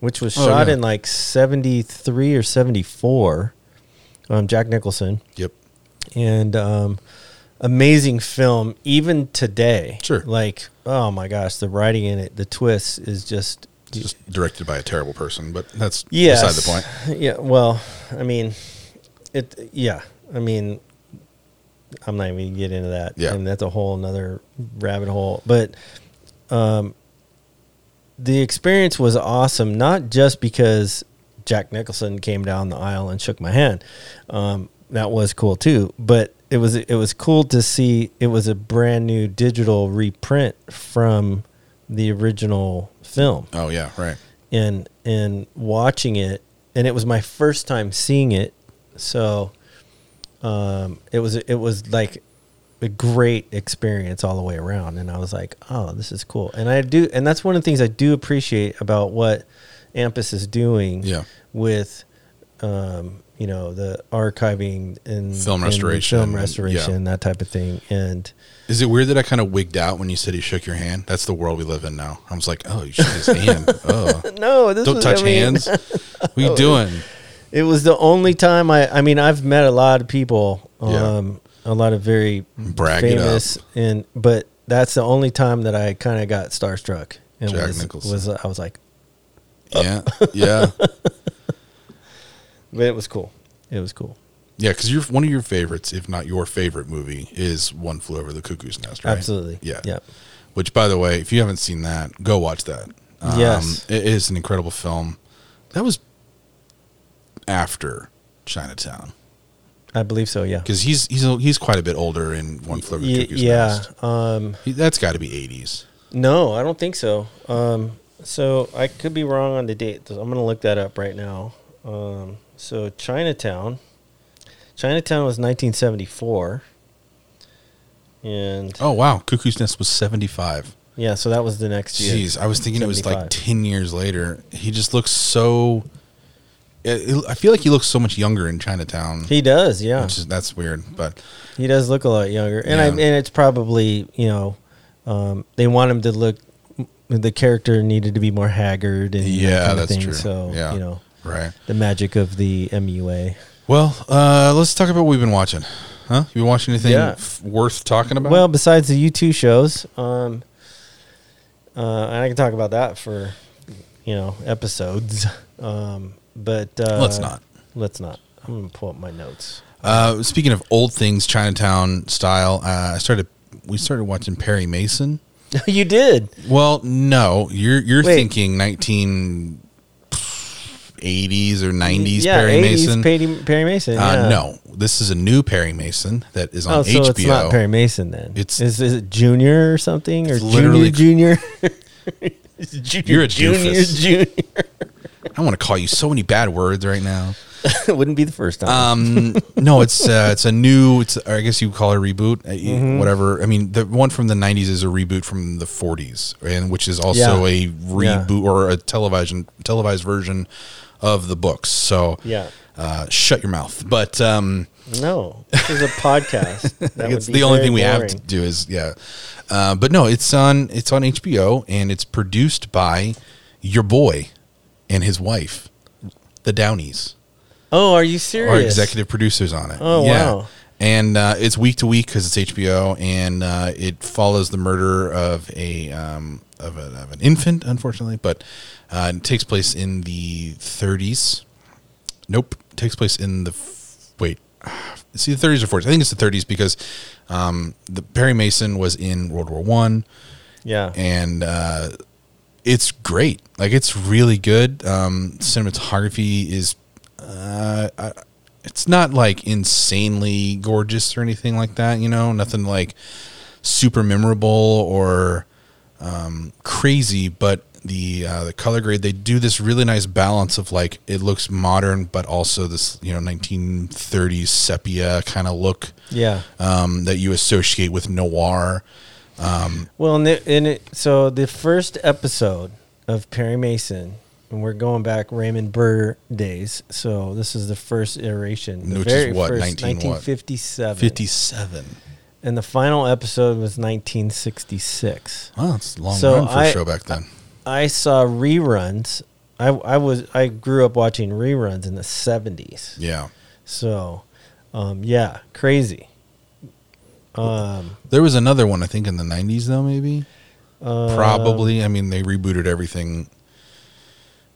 which was
Oh,
shot
yeah.
in like seventy three or seventy four. Um, Jack Nicholson
Yep.
and um, amazing film even today.
Sure.
like oh my gosh, the writing in it, the twist is just
Just directed by a terrible person, but that's
Yes.
beside the point.
Yeah. Well, I mean, it. Yeah. I mean, I'm not even gonna get into that.
Yeah.
And that's a whole another rabbit hole. But um, the experience was awesome, not just because Jack Nicholson came down the aisle and shook my hand. Um, that was cool too. But it was it was cool to see. It was a brand new digital reprint from the original film
Oh yeah, right.
and and watching it and it was my first time seeing it so um it was it was like a great experience all the way around and i was like oh this is cool and i do and that's one of the things i do appreciate about what ampus is doing
Yeah.
with um you know the archiving and
Film
and
restoration and-
film
yeah.
restoration that type of thing and
Is it weird that I kind of wigged out when you said he shook your hand? That's the world we live in now. I was like, oh, you shook his
[LAUGHS]
hand. Oh,
no this
don't touch hands. What
[LAUGHS] Oh,
are you doing?
It was the only time I. I mean, I've met a lot of people.
Yeah.
Um, a lot of very
Brag it up.
famous, and but that's the only time that I kind of got starstruck. And
Jack
was,
Nicholson.
was I was like,
Yeah, yeah,
but it was cool. It was cool.
yeah. Because you're one of your favorites, if not your favorite movie, is One Flew Over the Cuckoo's Nest. Right?
Absolutely.
Yeah.
Yep.
Which, by the way, if you haven't seen that, go watch that. Um,
Yes.
it is an incredible film. That was after Chinatown
I believe so. Yeah.
because he's he's he's quite a bit older in One Flew Over the
Ye-
Cuckoo's
yeah.
Nest.
Um,
He- That's got to be eighties.
no, I don't think so. Um, so I could be wrong on the date. So I'm gonna look that up right now. Um, so Chinatown. Chinatown was 1974. And
Oh wow, Cuckoo's Nest was seventy five.
Yeah, so that was the next year.
Jeez, I was thinking it was like
75.
10 years later. He just looks so. It, it- I feel like he looks so much younger in Chinatown.
He does, yeah.
which is, that's weird, but
He does look a lot younger, and I
Yeah.
and it's probably you know um, they want him to look. The character needed to be more haggard and that
yeah,
kind of
that's
thing,
true.
So
yeah,
you know
right.
the magic of the MUA.
Well, uh, let's talk about what we've been watching. Huh? You been watching anything
Yeah.
f- worth talking about?
Well, besides the U two shows, um, uh, and I can talk about that for you know episodes, um, but uh,
Let's not.
Let's not. I'm gonna pull up my notes. [LAUGHS]
Uh, speaking of old things, Chinatown style. Uh, I started. We started watching Perry Mason.
you did.
Well, no, you're you're
Wait.
thinking 1980s or 90s Perry
80s
Mason.
Perry, Perry Mason.
Uh,
yeah.
no, this is a new Perry Mason that is on
Oh, so
HBO.
it's not Perry Mason then.
It's-
It's is, is it Junior or something or
It's literally- [LAUGHS]
Junior Junior?
You're a
Junior
doofus.
Junior. [LAUGHS]
I want to call you so many bad words right now.
it wouldn't be the first time.
Um, no, it's uh, it's a new. It's or I guess you would call it a reboot, uh, y-
Mm-hmm.
whatever. I mean, the one from the '90s is a reboot from the '40s, and which is also
Yeah.
a reboot or a television televised version of the books. So
Yeah.
uh, shut your mouth. But um,
no, this is
[LAUGHS]
a podcast. That would
it's
be
the only
very
thing we have to
boring.
do is yeah uh, but no it's on it's on hbo and it's produced by your boy and his wife the downies
Oh, are you
are
serious?
executive producers on it
Oh, wow.
and uh, it's week to week because it's hbo and uh, it follows the murder of a um, of, a, of an infant unfortunately but uh, it takes place in the 30s Nope. It takes place in the f- wait. See the 30s or 40s. I think it's the 30s because um, the Perry Mason was in World War One,
Yeah.
and uh, it's great. Like it's really good. Um, cinematography is. Uh, I, it's not like insanely gorgeous or anything like that. You know, nothing like super memorable or um, crazy, but the uh, the color grade, they do this really nice balance of like it looks modern, but also this you know 1930s sepia kind of look
Yeah.
um, that you associate with noir.
Well, and, the, and it, so the first episode of Perry Mason, and we're going back Raymond Burr days. So this is the first iteration, the
Which is what, 19 what?
1957,
57.
and the final episode was 1966.
Wow, that's a long
So
run for
I-
a show back then.
I saw reruns. I, I was I grew up watching reruns in the 70s.
yeah.
So, um, yeah, crazy. Um,
There was another one, I think, in the 90s, though, maybe.
Uh,
Probably. I mean, they rebooted everything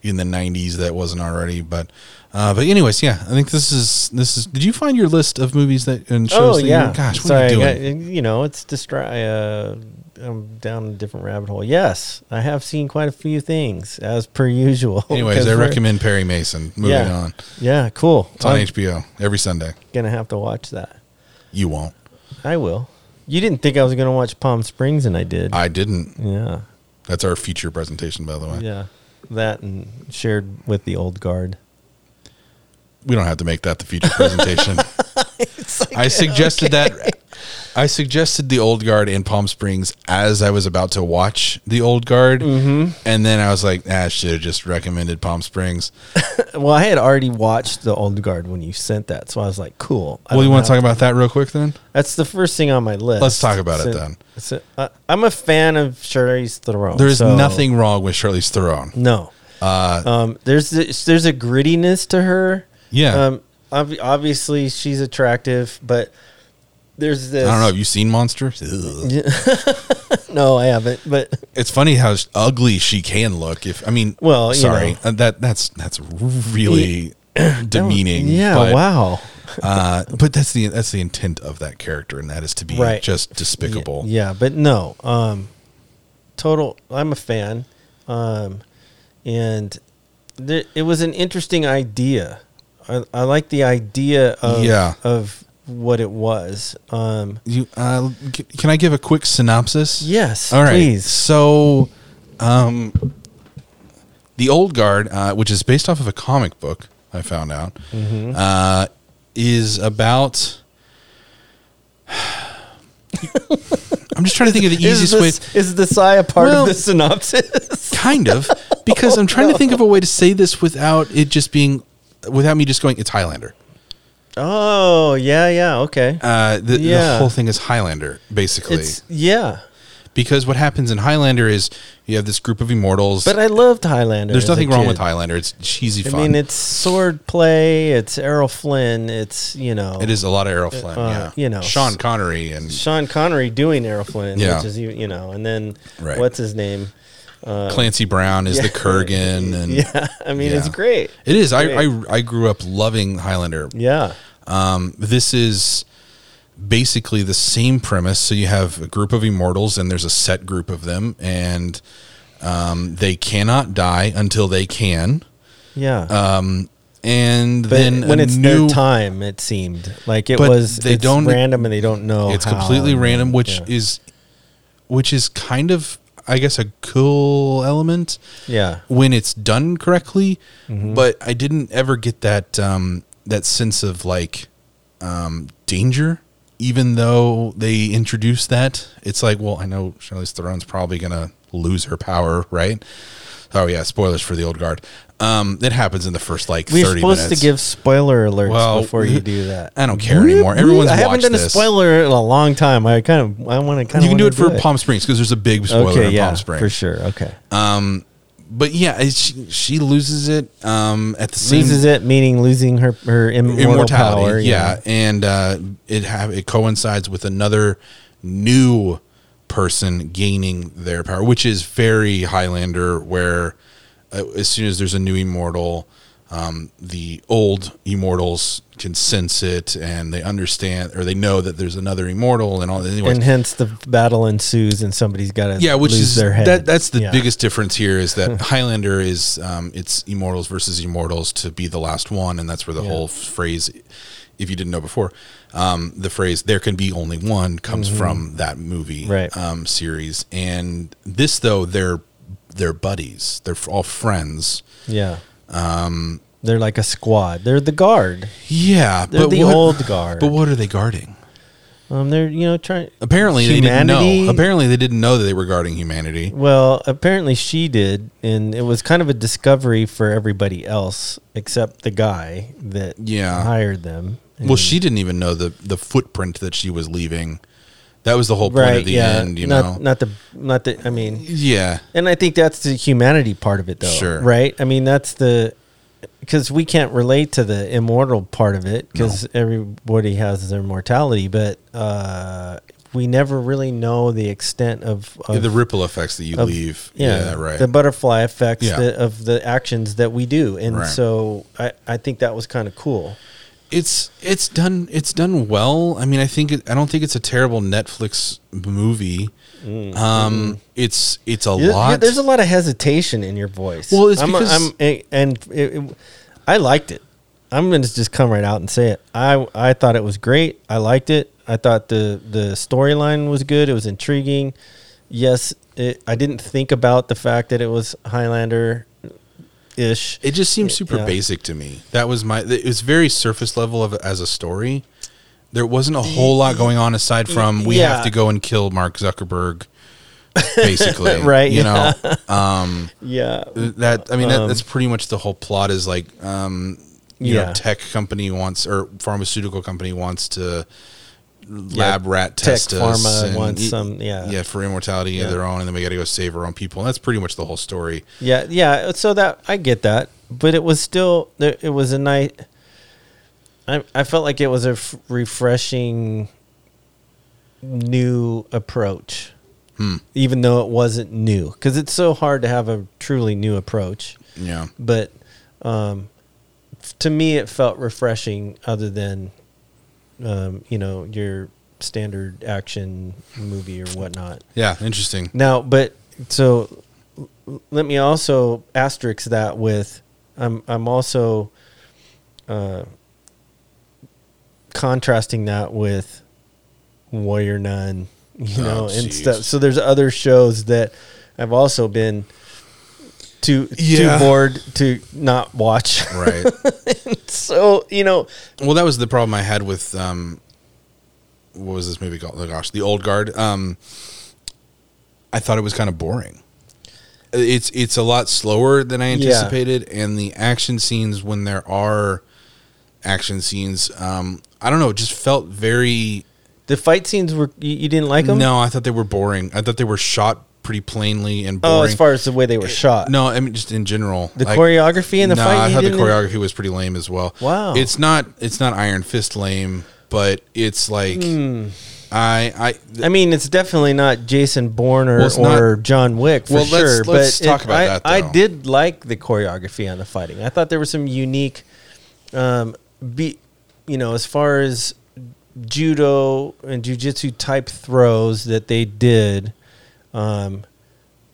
in the 90s that wasn't already. But, uh, but anyways, yeah, I think this is, this is, did you find your list of movies that, and shows?
oh
that you-
yeah.
gosh, what
Sorry,
are you
I
doing?
got- you know, it's distra- uh I'm down a different rabbit hole. Yes, I have seen quite a few things as per usual. [LAUGHS]
anyways,
uh, because
I
we're-
recommend Perry Mason. Moving
Yeah. Um,
on.
Yeah, cool.
It's on
I'm
HBO every Sunday.
gonna have to watch that.
You won't.
I will. You didn't think I was gonna watch Palm Springs, and I did.
I didn't.
yeah,
That's our feature presentation, by the way.
yeah, that and shared with the old guard.
We don't have to make that the feature
[LAUGHS]
presentation. I suggested that. I suggested the Old Guard in Palm Springs as I was about to watch the Old Guard,
Mm-hmm.
and then I was like, "Ah, should have just recommended Palm Springs."
Well, I had already watched the old guard when you sent that, so I was like, cool. I
well, you
don't
want
have
to talk about that real quick then?
That's the first thing on my list.
Let's talk about it
So-
then.
so, uh, I'm a fan of Charlize Theron.
There is
Oh, so-
nothing wrong with Charlize Theron. Uh,
No. um, there's this, there's a grittiness to her.
Yeah.
Um, ob- obviously she's attractive, but there's
I
this.
don't know. Have you seen Monster? Ugh.
No, I haven't. But
It's funny how sh- ugly she can look. If I mean,
Well, you
sorry,
know.
Uh, that that's that's really [CLEARS THROAT] demeaning.
Yeah.
but,
wow.
Uh, but that's the that's the intent of that character, and that is to be
Right.
just despicable.
Yeah, but no. Um, total. I'm a fan, um, and there, it was an interesting idea. I, I like the idea of
Yeah.
of what it was. Um,
You, uh, g- can I give a quick synopsis?
yes,
All right.
please.
So, um, the Old Guard, uh, which is based off of a comic book, I found out,
Mm-hmm.
uh, is about. I'm just trying to think of the
[LAUGHS] Is
easiest way.
this, is the Saya part
Well-
of the
[LAUGHS]
synopsis?
Kind of, because I'm trying to think of a way to say this without it just being, without me just going, it's Highlander.
oh yeah, yeah. Okay.
Uh, the, the
Yeah.
whole thing is Highlander, basically.
It's yeah,
because what happens in Highlander is you have this group of immortals.
but I loved Highlander.
there's
as a
nothing wrong
kid.
with Highlander. It's cheesy
I
fun.
mean, it's sword play. It's Errol Flynn. It's you know,
It is a lot of Errol Flynn. yeah,
uh, you know,
Sean Connery and
Sean Connery doing Errol Flynn,
Yeah.
which is you you know, and then
Right.
what's his name?
Clancy Brown is the
uh, yeah.
Kurgan, and
[LAUGHS] Yeah, I mean it's
Yeah.
great.
it is. I,
Great.
I I grew up loving Highlander.
Yeah,
Um, this is basically the same premise. So you have a group of immortals, and there's a set group of them, and um, they cannot die until they can.
yeah.
And
but
Uh, then
when
a
it's
new
their time, it seemed like it
But
was.
they
it's
don't-
random, and they don't know.
It's
how
completely
and-
random, which
Oh, yeah.
is which is kind of I guess a cool element
yeah,
when it's done correctly.
Mm-hmm.
But I didn't ever get that um, that sense of like um, danger, even though they introduced that. It's like, well, I know Charlize Theron's probably gonna lose her power, right? Oh yeah, spoilers for the old guard. Um, it happens in the first like
We're
thirty
supposed
minutes.
to give spoiler alerts
Well,
before
we-
you do that.
I don't care anymore. Everyone's
I haven't
watched
done a
this.
spoiler in a long time. I kind of, I want to kind
You
of.
can do it for Palm Springs because there's a big spoiler
Okay,
in
yeah,
Palm Springs
for sure. Okay,
but yeah, it, she, she loses it um, at the same
loses it, meaning losing her her immortal
immortality.
power.
yeah. and uh, it ha- it coincides with another new person gaining their power, which is very Highlander, where uh, as soon as there's a new immortal, um, the old immortals can sense it and they understand or they know that there's another immortal and all. Anyways,
and hence the battle ensues, and somebody's got to
yeah, which
lose
is
their head.
that that's the
Yeah.
biggest difference here is
[LAUGHS]
that Highlander is um, it's immortals versus immortals to be the last one, and that's where the
Yeah.
whole phrase, if you didn't know before, um, the phrase "there can be only one" comes from that movie
Mm-hmm. Right.
um, series. And this though, they're they're buddies. They're f- all friends.
Yeah. Um, they're like a squad. They're the guard.
Yeah,
They're the
what,
old guard.
But what are they guarding?
Um, they're you know trying.
Apparently they didn't
Humanity?
know. Apparently they didn't know that they were guarding humanity.
Well, apparently she did, and it was kind of a discovery for everybody else except the guy that
Yeah.
hired them.
Well, she didn't even know the the footprint that she was leaving. That was the whole point of the end, you
not,
know.
not the not the. I mean,
yeah,
and I think that's the humanity part of it, though.
Sure.
Right. I mean, that's the because we can't relate to the immortal part of it because everybody has their mortality, but uh, we never really know the extent of, of
the ripple effects that you
of-
leave.
yeah,
Yeah, right.
the butterfly effects
Yeah.
that, of the actions that we do and
Right.
so I, I think that was kind of cool
it's it's done it's done well. I mean, I think it, I don't think it's a terrible Netflix movie.
Mm,
Um, it's it's a
You- you-
lot.
there's a lot of hesitation in your voice
Well, it's
I'm,
because-
I'm, eh, and it, it- i liked it i'm gonna just come right out and say it i i thought it was great i liked it i thought the the storyline was good it was intriguing yes it, i didn't think about the fact that it was highlander ish
It just seems super
yeah.
basic to me. That was my. It was very surface level of as a story. There wasn't a whole lot going on aside from we
yeah.
have to go and kill Mark Zuckerberg, basically.
[LAUGHS] Right,
You
yeah. Um,
know. Um,
yeah
that I mean that, that's pretty much the whole plot is like um, you
Yeah.
know tech company wants or pharmaceutical company wants to lab rat
Tech
test us
pharma
and
wants
y-
some- yeah.
yeah for immortality
Yeah.
of their own and then we got to go save our own people and that's pretty much the whole story
Yeah, yeah. So that I get that, but it was still there. It was a night. I I felt like it was a f- refreshing, new approach, even though it wasn't new, because it's so hard to have a truly new approach.
yeah
But um, f- to me, it felt refreshing, other than um, you know your standard action movie or whatnot.
yeah
[LAUGHS]
interesting
Now, but so l- let me also asterisk that with I'm I'm also uh, contrasting that with Warrior Nun, you
Oh,
know, and stuff.
jeez.
So there's other shows that I've also been too
Yeah.
too bored to not watch.
[LAUGHS] right
[LAUGHS] so you know,
well that was the problem I had with um, what was this movie called oh gosh the old guard um, I thought it was kind of boring. Uh, it's it's a lot slower than I
Yeah.
anticipated, and the action scenes when there are action scenes, um, I don't know, it just felt very.
the fight scenes were you, you didn't like them.
No, I thought they were boring. I thought they were shot pretty plainly and boring.
Oh, as far as the way they were shot.
no, I mean just in general.
The
like-
choreography and the
no,
fight.
I
you
thought the
didn't-
choreography was pretty lame as well.
Wow.
it's not it's not Iron Fist lame, but it's like
Hmm.
I I.
I mean, it's definitely not Jason Bourne or,
Well, it's
or John Wick for
Well, let's-
sure.
let's
but
talk
it-
about
I,
that, though.
I did like the choreography on the fighting. I thought there was some unique, um, be, you know, as far as judo and jujitsu type throws that they did. Um,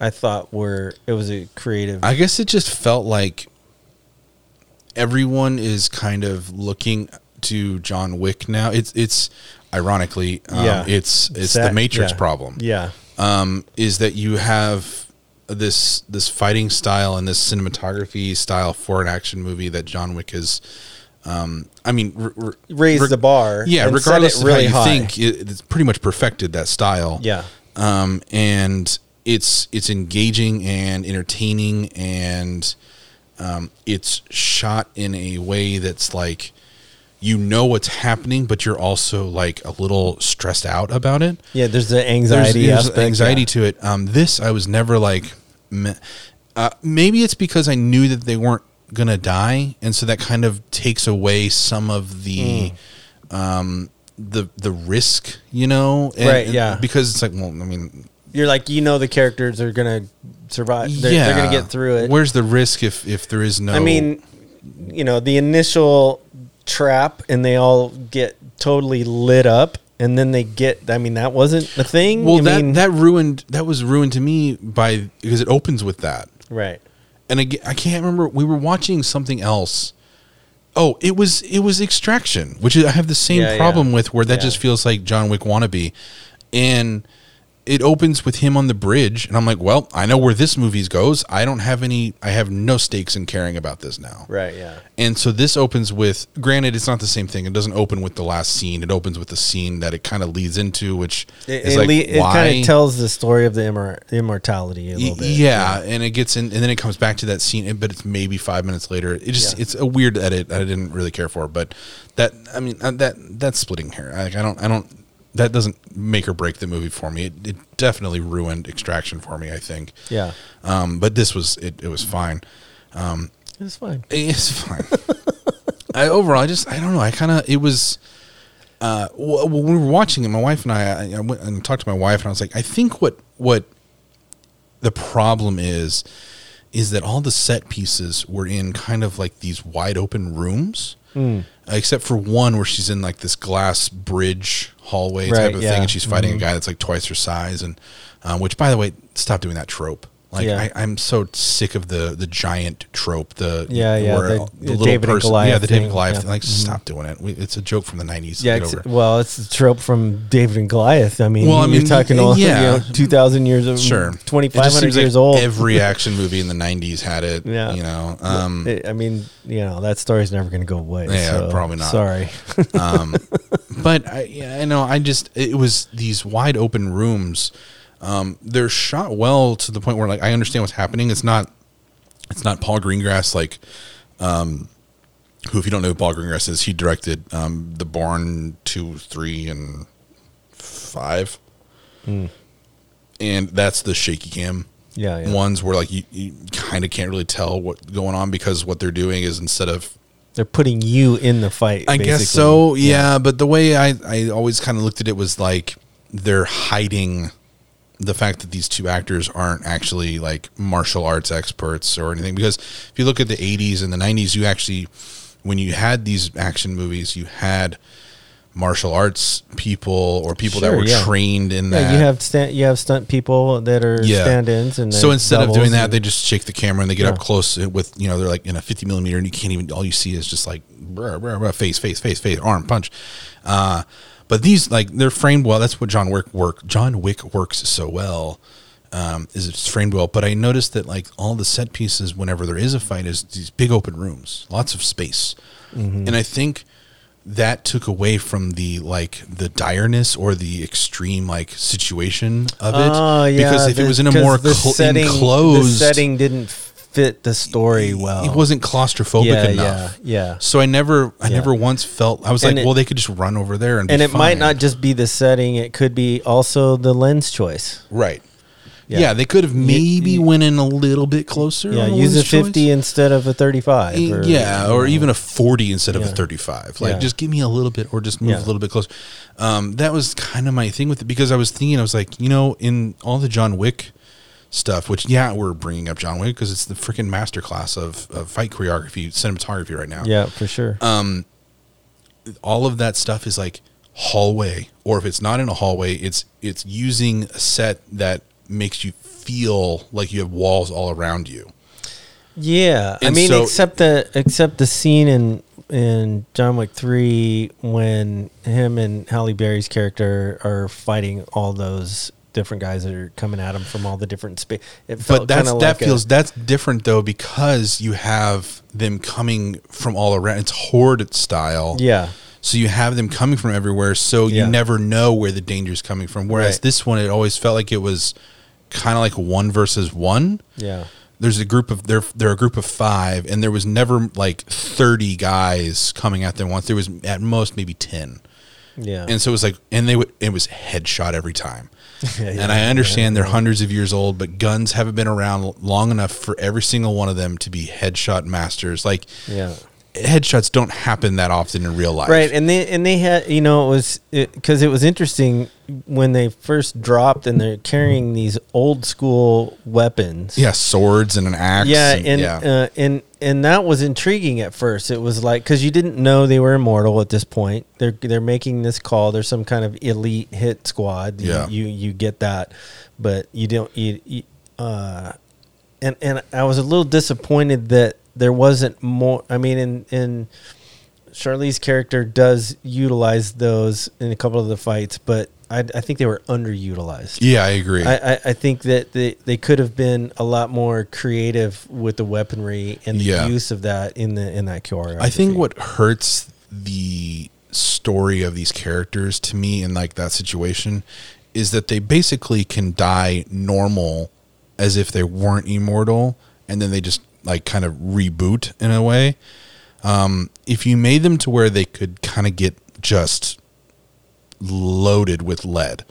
I thought were it was a creative.
I guess it just felt like everyone is kind of looking to John Wick now. It's it's ironically, um,
Yeah.
it's it's
That-
the Matrix
yeah.
problem.
yeah,
Um, is that you have this this fighting style and this cinematography style for an action movie that John Wick is. Um, I mean, r- r-
raised
reg-
the bar.
Yeah,
and set
regardless
it
of how you think, it, it's pretty much perfected that style
Yeah,
um, and it's it's engaging and entertaining, and um, it's shot in a way that's like you know what's happening, but you're also like a little stressed out about it.
yeah. There's the
There's-
anxiety.
there's
aspect,
anxiety
yeah.
to it. Um, this I was never like. meh. Uh, maybe it's because I knew that they weren't gonna die, and so that kind of takes away some of the.
Mm.
Um, the the risk you know and-
Right,
and
yeah.
because it's like well i mean
you're like you know the characters are gonna survive they're, they're gonna get through it
Where's the risk if if there is no?
i mean you know the initial trap and they all get totally lit up and then they get i mean that wasn't the thing
well
I
that
mean-
that ruined that was ruined to me by because it opens with that,
right
and again, I can't remember. We were watching something else. Oh, it was it was Extraction, which I have the same
Yeah, yeah.
problem with, where that
Yeah.
just feels like John Wick wannabe, and it opens with him on the bridge, and I'm like, well, I know where this movie goes. I don't have any. I have no stakes in caring about this now.
Right. Yeah.
And so this opens with, granted, it's not the same thing. It doesn't open with the last scene. It opens with the scene that it kind of leads into, which
It,
is
it,
like,
le- it
why?
kind of tells the story of the immor- immortality a
Y-
little bit.
yeah, and it gets in, and then it comes back to that scene, and- but it's maybe five minutes later. It just
Yeah.
it's a weird edit that I didn't really care for, but that I mean uh, that that's splitting hair. Like I don't I don't that doesn't make or break the movie for me. It, it definitely ruined Extraction for me. I think,
Yeah.
um, but this was it. It was fine.
It's fine.
It's fine. [LAUGHS] I overall, I just I don't know. I kind of it was. Uh, wh- when we were watching it, my wife and I, I, I went and talked to my wife, and I was like, I think what what the problem is is that all the set pieces were in kind of like these wide open rooms,
Hmm.
uh, except for one where she's in like this glass bridge hallway
Right,
type of
yeah. Mm-hmm.
thing, and she's fighting a guy that's like twice her size, and um, which, by the way, stop doing that trope. Like
Yeah.
I, I'm so sick of the the giant trope, the
Yeah, yeah,
where
the-
all-
the David and Goliath
yeah, the David
thing,
and Goliath.
yeah. Mm-hmm.
thing. Like, stop doing it. We, it's a joke from the '90s.
Yeah,
Get
it's,
over it.
well, it's the trope from David and Goliath. I mean,
Well, I
you're
mean,
talking
y-
all
yeah.
you know, two thousand years of
sure. It just
twenty five hundred
seems like
years old. [LAUGHS]
Every action movie in the '90s had it.
Yeah.
you know. Um,
I- I mean, you know, that story's never going to go away.
Yeah,
so,
probably not.
Sorry.
um, but I, yeah, I know I just it was these wide open rooms. Um, they're shot well to the point where like I understand what's happening. It's not it's not Paul Greengrass like um, who if you don't know who Paul Greengrass is, he directed um, The Barn two, three, and five. And that's the shaky cam
Hmm. Yeah, yeah.
ones where like you, you kind of can't really tell what's going on because what they're doing is instead of
They're putting you in the fight.
I guess
basically.
so. Yeah, but the way I I always kind of looked at it was like they're hiding the fact that these two actors aren't actually like martial arts experts or anything because if you look at the 80s and the 90s you actually when you had these action movies you had martial arts people or people that
Sure,
were
yeah.
trained in that
Yeah, you have stunt, you have stunt people that are
Yeah.
stand-ins, and
so
then
instead of
doubles
doing that,
and-
they just shake the camera and they get up
Yeah.
close with you know they're like in a fifty millimeter and you can't even all you see is just like brr, brr, brr, face face face face arm punch. Uh, but these like they're framed well. That's what John Wick work John Wick works so well. Um, is it's framed well, but I noticed that like all the set pieces, whenever there is a fight, is these big open rooms, lots of space,
Mm-hmm.
and I think that took away from the like the direness or the extreme like situation of it.
Oh, yeah,
because if
the-
it was in a
'cause
more
the
cl-
setting,
enclosed,
the setting didn't fit the story well.
it wasn't claustrophobic
yeah,
enough.
yeah, yeah.
So I never, I
Yeah.
never once felt I was
And
like,
it-
well, they could just run over there and be
And it might
fine.
not just be the setting; it could be also the lens choice.
right.
Yeah.
Yeah. they could have maybe
y-
went in a little bit closer.
Yeah,
on the
use a
lens choice.
fifty instead of a thirty-five. or-
E, yeah, or even a 40 instead of a
Yeah.
35. Like,
Yeah.
just give me a little bit, or just move
Yeah.
a little bit closer. Um, that was kind of my thing with it because I was thinking, I was like, you know, in all the John Wick stuff, which, yeah, we're bringing up John Wick because it's the freaking masterclass of, of fight choreography, cinematography right now.
yeah, for sure.
All of that stuff is like hallway, or if it's not in a hallway, it's it's using a set that makes you feel like you have walls all around you.
Yeah, I
And
mean,
so-
except the except the scene in in John Wick three when him and Halle Berry's character are fighting all those different guys that are coming at him from all the different space. It felt
but that's
kinda
that
like a-
feels that's different though because you have them coming from all around. It's horde style.
yeah,
So you have them coming from everywhere. So
Yeah.
you never know where the danger is coming from. Whereas
Right.
this one, it always felt like it was kind of like one versus one.
yeah,
There's a group of they're they're a group of five, and there was never like thirty guys coming at them once. There was at most maybe ten.
yeah, [LAUGHS]
And so it was like, and they would, it was headshot every time.
Yeah, yeah,
and I understand they're hundreds of years old, but guns haven't been around l- long enough for every single one of them to be headshot masters. Like,
yeah.
headshots don't happen that often in real life.
Right, and they and they had you know it was because it, was interesting when they first dropped and they're carrying these old school weapons.
Yeah, swords and an axe.
yeah
and-
and Uh, and and that was intriguing at first it was like because you didn't know they were immortal at this point they're they're making this call they're some kind of elite hit squad You-
Yeah.
you you get that but you don't you, you uh and and i was a little disappointed that there wasn't more i mean in in Charlize's character does utilize those in a couple of the fights, but I, I think they were underutilized.
Yeah, I agree.
I, I, I think that they, they could have been a lot more creative with the weaponry and the
Yeah.
use of that in the in that choreography.
I think what hurts the story of these characters to me in like that situation is that they basically can die normal as if they weren't immortal and then they just like kind of reboot in a way. Um, if you made them to where they could kind of get just loaded with lead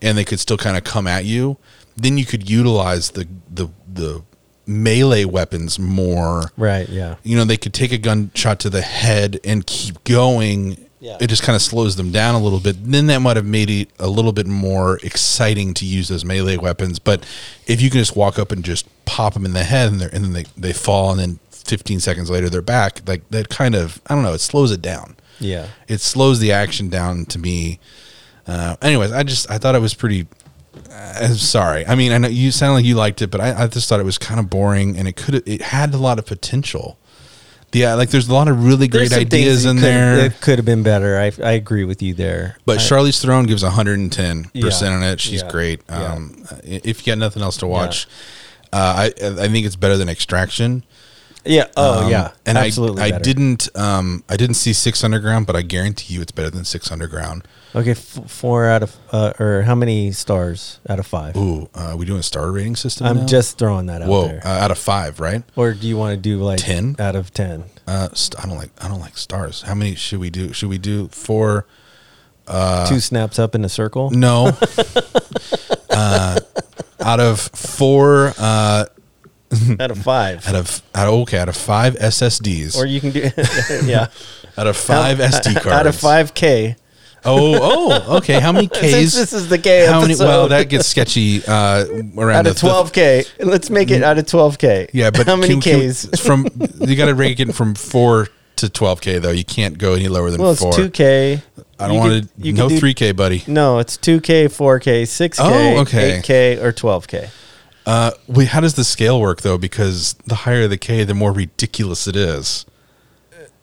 and they could still kind of come at you, then you could utilize the the the melee weapons more
right? Yeah,
you know, they could take a gunshot to the head and keep going.
Yeah.
It just kind of slows them down a little bit. Then that might have made it a little bit more exciting to use those melee weapons. But if you can just walk up and just pop them in the head and, they're, and then they, they fall, and then 15 seconds later they're back, like that kind of, I don't know, it slows it down.
yeah.
It slows the action down to me. Uh, anyways, I just, I thought it was pretty. uh, I'm sorry. I mean, I know you sound like you liked it, but I, I just thought it was kind of boring, and it could it had a lot of potential. Yeah, like there's a lot of really great
There's some things
ideas
that
in
could-
there,
That could have been better. I I agree with you there.
but Charlize Theron gives 110 percent
Yeah.
on it. She's
Yeah.
great.
Yeah.
Um, i- If you got nothing else to watch, uh, I I think it's better than Extraction.
Yeah. Oh
Um,
yeah.
and
absolutely.
I, I
better.
didn't um I didn't see Six Underground, but I guarantee you it's better than Six Underground.
Okay, f- four out of uh, or how many stars out of five?
Ooh, uh, we doing a star rating system?
I'm
now?
just throwing that out
whoa
there.
uh, out of five, right?
or do you want to do like
10?
out of ten?
Uh, st- I don't like I don't like stars. How many should we do? Should we do four? Uh,
Two snaps up in a
[LAUGHS]
circle. [LAUGHS]
No. uh, out of four, uh,
out of five.
out of out of, okay, out of five SSDs,
Or you can do [LAUGHS] yeah.
out of [LAUGHS] five SD cards,
[LAUGHS] Out of five K.
Oh, oh, okay.
[LAUGHS]
How many Ks?
Since this is the K
how many?
episode,
Well,
[LAUGHS]
that gets sketchy uh, around
out
the Mm.
of twelve K. Let's make it out of twelve K.
Yeah, but
[LAUGHS] how many
can- can-
Ks? [LAUGHS]
from you got to rank it from four to twelve K though. You can't go any lower than
well, it's
four.
two K.
I don't want to. No three K, buddy.
No, it's two K, four K, six K,
Oh, okay.
eight K, or twelve K.
Uh, wait, how does the scale work though? Because the higher the K, the more ridiculous it is.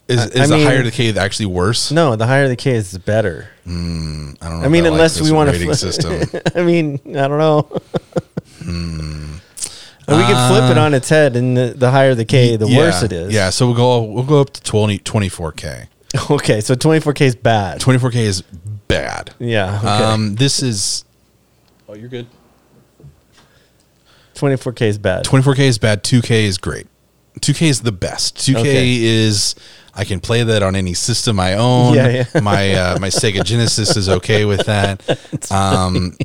Is, is
I
the
mean-
higher the K actually worse?
No, the higher the K is, the better.
I don't know.
I mean,
if
unless
like
we
this
want to
rating system.
I mean, I don't know.
Hmm.
[LAUGHS] Or We could flip it on its head, and the, the higher the K, [LAUGHS] the
Uh, Yeah,
worse it is.
Yeah, so we'll go we'll go up to 20, 24K.
[LAUGHS] Okay, so 24K is bad.
24K is bad.
yeah. Okay.
Um, this is Oh, you're good.
24K is bad.
24K is bad, 2K is great. 2K is the best. 2K
Okay.
is I can play that on any system I own.
Yeah, yeah.
[LAUGHS] my uh, my Sega Genesis is okay with
[LAUGHS]
that. Um,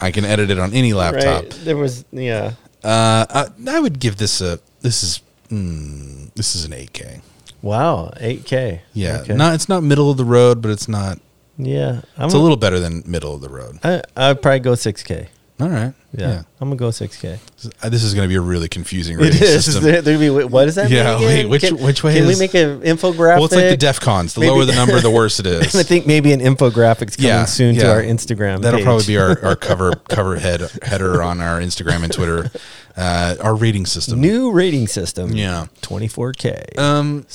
I can edit it on any laptop.
Right. There was yeah.
Uh, I, I would give this a this is mm, this is an 8K.
Wow, 8K.
Yeah,
Okay.
not it's not middle of the road, but it's not.
yeah. I'm
It's a
gonna-
little better than middle of the road.
I I'd probably go 6K.
All right.
Yeah. I'm gonna go 6K.
yeah. This is going to be a really confusing rating
[LAUGHS] It is.
system.
There, there'd be, what is that?
Yeah,
mean
wait,
again?
which-
Can-
which way
Can we
is-
make an infographic?
Well, it's like the DEF cons. The
Maybe-
lower the number, the worse it is.
[LAUGHS] I think maybe an infographic's coming
Yeah,
soon
yeah.
to our Instagram.
That'll
page.
probably be our, our
[LAUGHS]
cover cover head header on our Instagram and Twitter. Uh, our rating system.
new rating system.
Yeah.
24K.
um,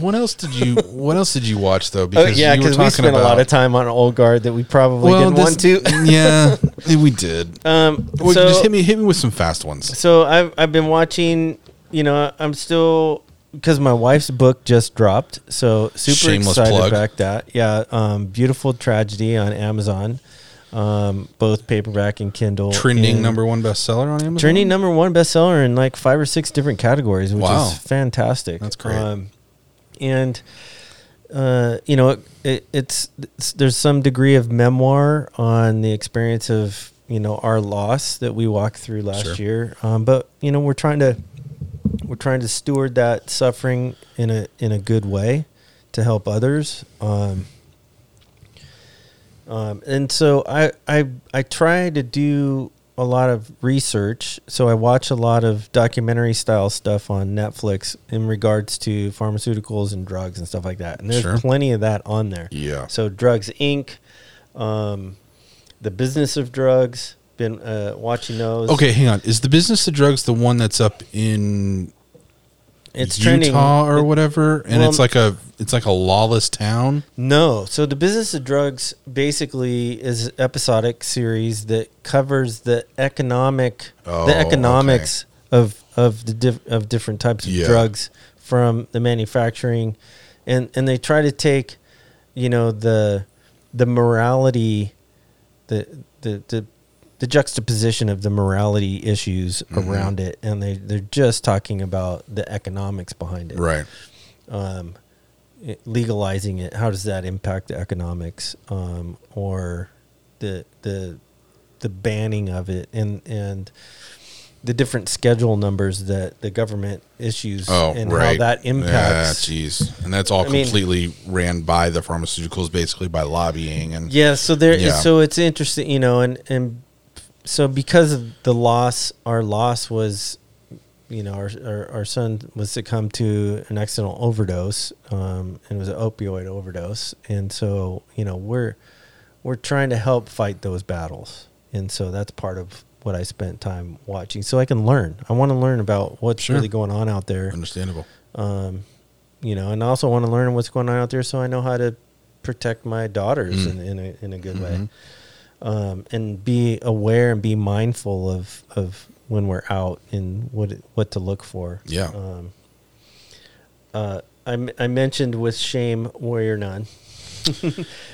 What else did you What else did you watch though?
Oh, yeah,
you were
because we
talking
spent a lot of time on old guard that we probably didn't want to.
[LAUGHS] yeah, we did.
[LAUGHS] Um,
Well,
so,
just hit me hit me with some fast ones.
so I've I've been watching. You know, I'm still because my wife's book just dropped, so super
Shameless
excited
plug.
about that. Yeah, um, beautiful tragedy on Amazon, um, both paperback and Kindle.
Trending
And-
number one bestseller on Amazon.
Trending number one bestseller in like five or six different categories, which
Wow.
is fantastic. Um,
That's great.
and uh, you know, it, it, it's, it's there's some degree of memoir on the experience of you know our loss that we walked through last
Sure.
year. Um, but you know, we're trying to we're trying to steward that suffering in a in a good way to help others. Um, um, and so I, I I try to do a lot of research. So I watch a lot of documentary style stuff on Netflix in regards to pharmaceuticals and drugs and stuff like that. And there's
Sure.
plenty of that on there.
Yeah.
So Drugs Inc., um, the business of drugs. Been uh, watching those.
Okay, hang on. Is the business of drugs the one that's up in
It's trending.
Utah or whatever, and
well-
it's like a it's like a lawless town.
No. So the business of drugs basically is an episodic series that covers the economic
Oh,
the economics of of the diff, of different types of
Yeah.
drugs from the manufacturing and and they try to take you know the the morality the the the the juxtaposition of the morality issues
Mm-hmm.
around it and they they're just talking about the economics behind it
Right.
um, it- legalizing it, how does that impact the economics um, or the the the banning of it and and the different schedule numbers that the government issues
Oh,
and
right.
how that impacts.
Yeah, jeez, and that's all
I mean-
completely ran by the pharmaceuticals, basically by lobbying and
Yeah, so there.
Yeah.
So it's interesting, you know, and and so because of the loss, our loss was, you know, our our, our son was succumbed to an accidental overdose, um, and it was an opioid overdose, and so you know we're we're trying to help fight those battles, and so that's part of what I spent time watching, so I can learn. I want to learn about what's
Sure.
really going on out there,
understandable.
um, you know, and I also want to learn what's going on out there so I know how to protect my daughters
Mm.
in, in, a, in a good
Mhm.
way, um, and be aware and be mindful of of when we're out and what it- what to look for.
Yeah.
Um, uh, I, m- I mentioned with shame warrior none. [LAUGHS]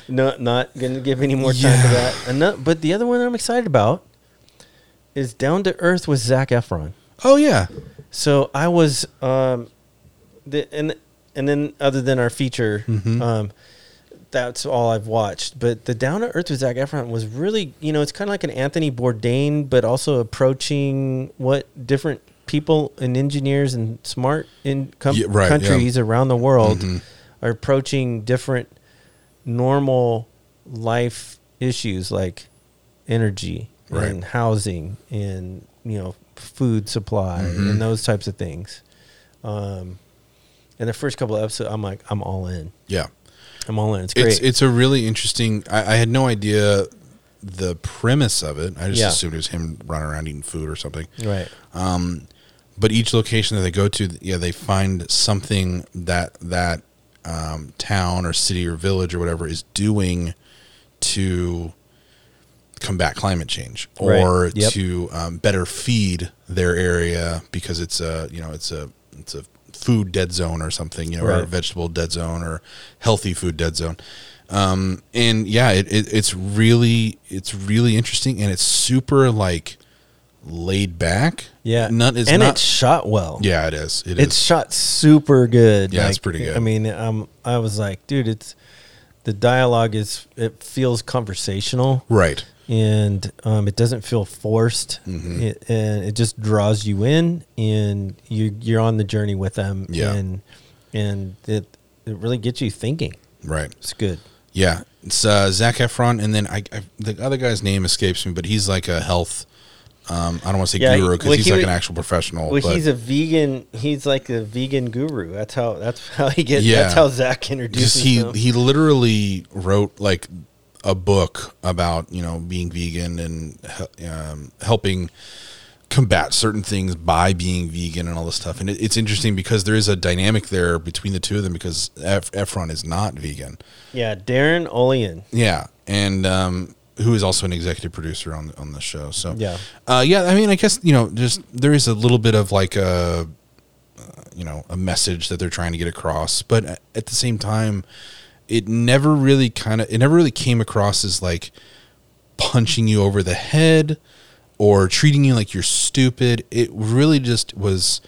no, not gonna give any more time to
Yeah.
that. Ano- but the other one I'm excited about is Down to Earth with Zach Efron.
Oh yeah,
So I was, um, the, and and then other than our feature,
Mhm.
um, that's all I've watched. But the Down to Earth with Zac Efron was really, you know, it's kind of like an Anthony Bourdain, but also approaching what different people and engineers and smart in com-
Yeah, right, yeah.
countries around the world
Mhm.
are approaching different normal life issues like energy
Right.
and housing and you know food supply
Mhm.
and those types of things. Um, and the first couple of episodes, I'm like, I'm all in.
yeah.
I'm all in. It's great.
It's it's a really interesting. I, I had no idea the premise of it. I just
Yeah.
assumed it was him running around eating food or something.
right.
But each location that they go to, yeah, they find something that that um, town or city or village or whatever is doing to combat climate change
Right.
or
Yep.
to um, better feed their area because it's a you know it's a it's a food dead zone or something you know or a
Right.
vegetable dead zone or healthy food dead zone um, and yeah it, it, it's really it's really interesting and it's super like laid back
Yeah.
none it's
and
not
it's shot well.
yeah it is it
it's
is.
shot super good.
Yeah,
like,
it's pretty good.
I mean, um, I was like, dude, it's the dialogue is it feels conversational.
right
and um, it doesn't feel forced.
Mm-hmm.
It, and it just draws you in, and you you're on the journey with them.
Yeah.
and and it it really gets you thinking.
right
It's good.
Yeah, it's uh, Zach Efron, and then I, I the other guy's name escapes me, but he's like a health. Um, I don't want to say
Yeah,
guru because
well,
he's
he
like
would-
an actual professional.
Well,
Oh, but
he's a vegan. He's like a vegan guru. That's how that's [LAUGHS] how he gets.
Yeah.
That's how Zach introduces
just he
him.
he literally wrote like a book about you know being vegan and he- um, helping combat certain things by being vegan and all this stuff. And it, it's interesting because there is a dynamic there between the two of them because Ef- Efron is not vegan.
yeah, Darren Olean.
Yeah, and um, who is also an executive producer on on the show. So
Yeah.
uh, yeah. I mean, I guess you know, just there is a little bit of like a uh, you know a message that they're trying to get across, but a- at the same time, it never really kind of it never really came across as like punching you over the head or treating you like you're stupid. It really just was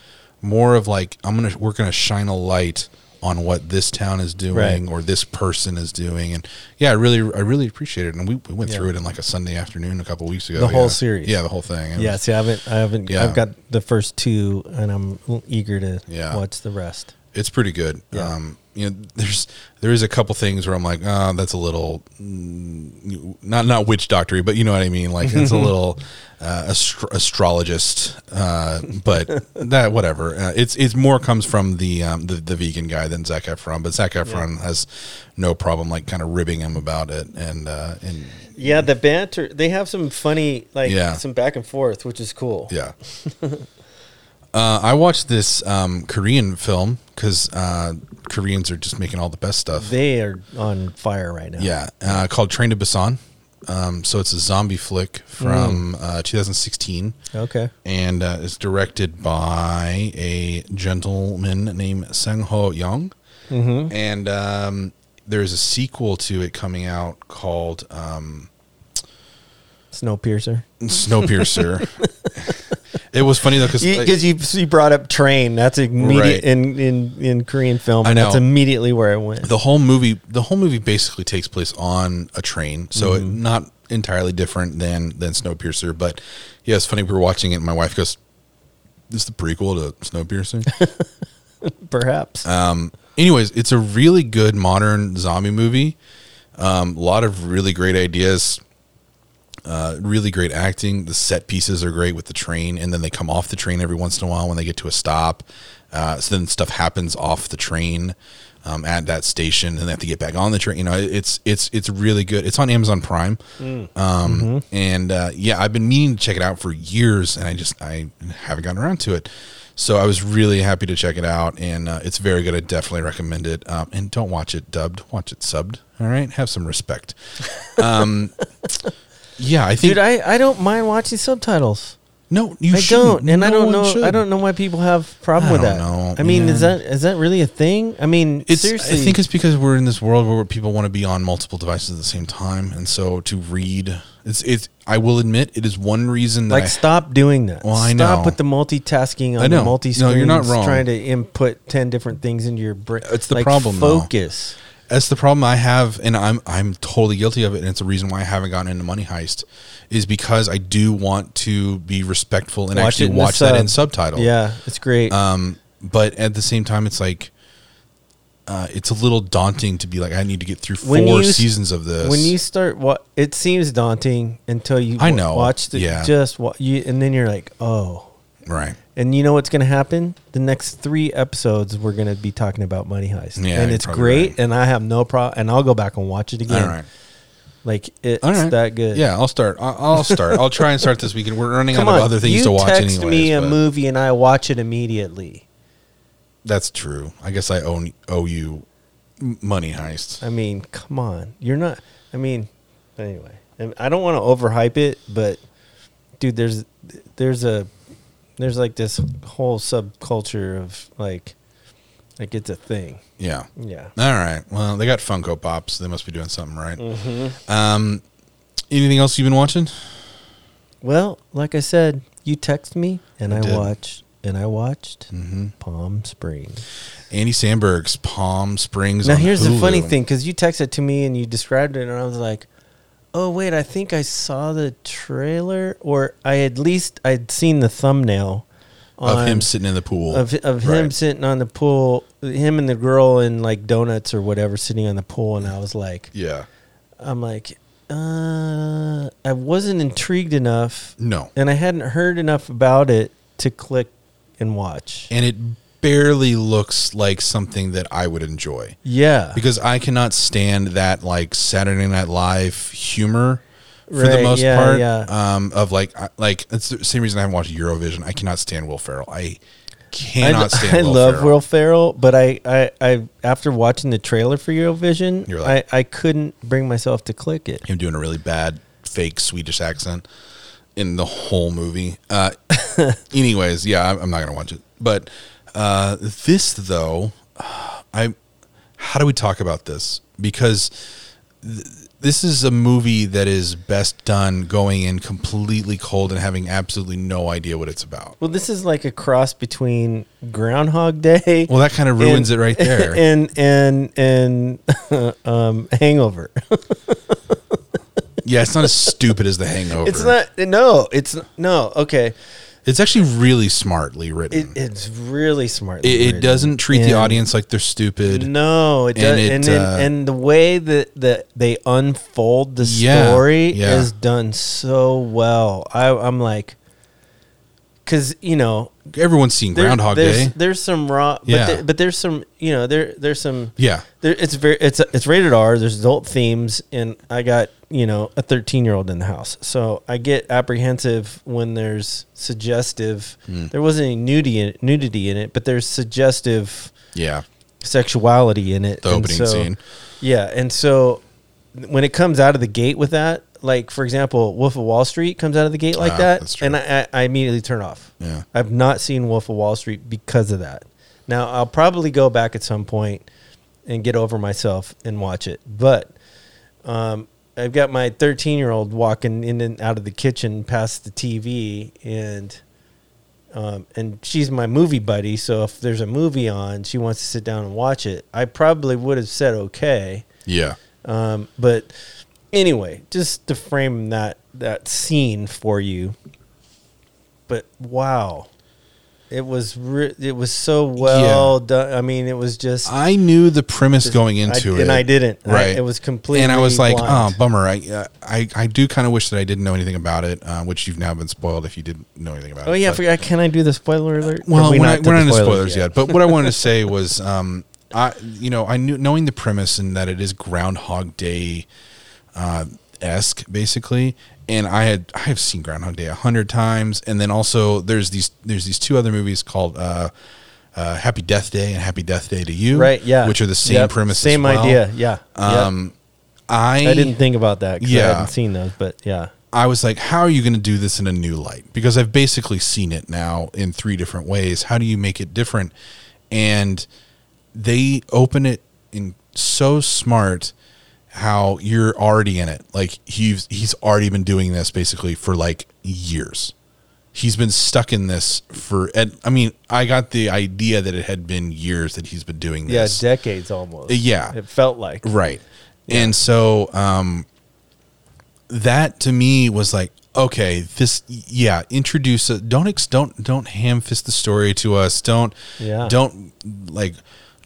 more of like I'm gonna we're gonna shine a light on what this town is doing
Right.
or this person is doing, and yeah, I really I really appreciate it. And we, we went
Yeah.
through it in like a Sunday afternoon a couple weeks ago.
The whole
yeah.
series.
yeah, the whole thing. It was-
Yeah, see, I haven't, I haven't,
Yeah.
I've got the first two, and I'm eager to
Yeah.
watch the rest.
it's pretty good.
Yeah.
Um, you know, there's there is a couple things where I'm like, ah, that's a little mm, not not witch doctory, but you know what I mean. Like
[LAUGHS]
it's a little uh, astro- astrologist, uh, but that whatever. Uh, it's it's more comes from the, um, the the vegan guy than Zac Efron, but Zac Efron has no problem like kind of ribbing him about it, and uh, and
Yeah, the banter. They have some funny, like
Yeah.
some back and forth, which is cool.
yeah. [LAUGHS] Uh, I watched this um, Korean film because uh, Koreans are just making all the best stuff.
They are on fire right now.
Yeah, uh, called Train to Busan. Um, so it's a zombie flick from
Mm.
uh, 2016,
Okay.
and uh, it's directed by a gentleman named Sang Ho Young. Mm-hmm. And um, there's a sequel to it coming out called um,
Snowpiercer. [LAUGHS]
Snowpiercer. it was funny though because
Because you, you brought up train. That's immediate
Right.
in, in in Korean film.
I know.
That's immediately where I went.
the whole movie the whole movie basically takes place on a train so it, not entirely different than than snowpiercer but yeah it's funny we were watching it and my wife goes this is the prequel to snowpiercer
Perhaps.
um anyways it's a really good modern zombie movie um a lot of really great ideas uh, really great acting. The set pieces are great with the train, and then they come off the train every once in a while when they get to a stop. Uh, so then stuff happens off the train um, at that station, and they have to get back on the train. You know, it- it's it's it's really good. It's on Amazon Prime, um, and uh, yeah, I've been meaning to check it out for years, and I just I haven't gotten around to it. So I was really happy to check it out, and uh, it's very good. I definitely recommend it. Um, and don't watch it dubbed; watch it subbed. All right, have some respect. Um, yeah, I think
Dude, I, I don't mind watching subtitles.
no, you
I
shouldn't.
don't, and I
No
don't
one
know.
should.
I don't know why people have problem
I
with
don't
that.
know,
I mean, is
man.
that is that really a thing? I mean,
It's,
seriously,
I think it's because we're in this world where people want to be on multiple devices at the same time, and so to read, it's it's. I will admit, it is one reason that
like
I-
stop doing that.
Well, I
stop
know.
with the multitasking on
I know.
the multi.
No, you're not wrong.
Trying to input ten different things into your brain.
It's the
Like,
problem, though.
Focus.
that's the problem I have, and I'm I'm totally guilty of it, and it's the reason why I haven't gotten into Money Heist, is because I do want to be respectful and
Watch it
actually
in the
watch that in
sub.
subtitle.
Yeah, it's great.
Um, but at the same time, it's like. Uh, it's a little daunting to be like I need to get through four
When you s-
seasons of this.
when you start, what it seems daunting until you
I
wa-
know,
watch the
yeah.
just wa- you, and then you're like, oh.
right,
And you know what's going to happen? The next three episodes, we're going to be talking about Money Heist,
Yeah, you're
and it's
probably
great.
right.
And I have no problem. And I'll go back and watch it again.
all right.
Like it's
All right.
that good.
Yeah, I'll start. I- I'll start. I'll try and start this weekend. We're running
Come
out
on.
of other things
you
to watch
text
anyway.
me a movie and I watch it immediately.
That's true. I guess I own owe you m- money heist.
I mean, come on. You're not. I mean, anyway, And I don't want to overhype it, but dude, there's there's a there's like this whole subculture of like like it's a thing.
Yeah.
Yeah.
All right. Well, they got Funko Pops. They must be doing something right.
Mm-hmm.
Um, anything else you've been watching?
Well, like I said, you text me and
I
I,
did.
watched and I watched Palm Springs.
Andy Sandberg's Palm Springs.
Now
on
here's the funny
Hulu.
thing cuz you texted to me and you described it and I was like, "Oh wait, I think I saw the trailer or I at least I'd seen the thumbnail
of
on-
him sitting in the pool.
of of him
Right.
sitting on the pool, him and the girl in like donuts or whatever sitting on the pool and I was like,
Yeah.
I'm like, uh, I wasn't intrigued enough
No.
and I hadn't heard enough about it to click and watch.
And it barely looks like something that I would enjoy.
yeah,
because I cannot stand that like Saturday Night Live humor for the
Right,
most
yeah,
part.
yeah.
Um, of like, I, like it's the same reason I haven't watched Eurovision. I cannot stand Will Ferrell. I
I, [LAUGHS]
cannot stand.
I
Will
love
Ferrell.
Will Ferrell, but I, I, I, after watching the trailer for Eurovision,
You're like-
I, I couldn't bring myself to click it.
him doing a really bad fake Swedish accent in the whole movie.
[LAUGHS]
Uh, anyways, yeah, I'm, I'm not gonna watch it. But uh, this though, I how do we talk about this? Because th- this is a movie that is best done going in completely cold and having absolutely no idea what it's about.
Well, this is like a cross between Groundhog Day.
[LAUGHS] Well, that kind of ruins
and-
it right there.
[LAUGHS] and and and [LAUGHS] um, Hangover.
yeah, it's not as stupid as The Hangover.
[LAUGHS] It's not. No, it's no. Okay,
It's actually really smartly written.
it,
It,
it's really smart.
it, doesn't treat the
And-
audience like they're stupid.
No, it
And
does,
it,
and then,
uh,
and the way that, that they unfold the
Yeah,
story
yeah.
is done so well. I, I'm like, because you know
everyone's seen
There-
Groundhog
there's,
Day.
There's some raw, but,
Yeah.
there- but there's some, you know, there there's some.
Yeah.
There, it's very it's it's rated R. There's adult themes, and I got you know a 13 year old in the house, so I get apprehensive when there's suggestive.
Hmm.
There wasn't any nudity in, nudity in it, but there's suggestive
Yeah.
sexuality in it.
The opening scene.
Yeah, and so when it comes out of the gate with that, like for example, Wolf of Wall Street comes out of the gate like
Ah, that's
that,
true.
and I, I I immediately turn off.
Yeah.
I've not seen Wolf of Wall Street because of that. Now I'll probably go back at some point and get over myself and watch it, but um, I've got my 13 year old walking in and out of the kitchen past the TV and. Um, and she's my movie buddy, so if there's a movie on, she wants to sit down and watch it. I probably would have said okay,
Yeah.
um, but anyway, just to frame that that scene for you. But wow, it was re- it was so well done. I mean, it was just
I knew the premise going into
I,
it,
and I didn't. I-
Right,
it was completely.
And I was like,
blind.
oh, bummer. I I, I do kind of wish that I didn't know anything about it, uh, which you've now been spoiled if you didn't know anything about
oh
it.
yeah, I
but-
forgot. Can I do the spoiler alert? Or
well,
we
we're
not
not,
did
we're
the
not into spoilers yet. But what I wanted to say was, um, I you know, I knew knowing the premise and that it is Groundhog Day uh, esque basically, and I had I have seen Groundhog Day a hundred times, and then also there's these there's these two other movies called. Uh, uh, Happy Death Day and Happy Death Day to You,
Right? Yeah.
which are the same
Yep,
premise, as
Same
well.
idea. Yeah. Um.
Um, I
I didn't think about that. 'cause I
Yeah.
hadn't seen those, but yeah.
I was like, how are you going to do this in a new light? Because I've basically seen it now in three different ways. How do you make it different? And they open it in so smart how you're already in it. Like he's he's already been doing this basically for like years. He's been stuck in this for and I mean, I got the idea that it had been years that he's been doing
Yeah,
this.
decades almost.
Uh, Yeah.
It felt like.
Right. And so um that to me was like okay this yeah introduce a, don't ex, don't don't ham fist the story to us don't
Yeah.
don't like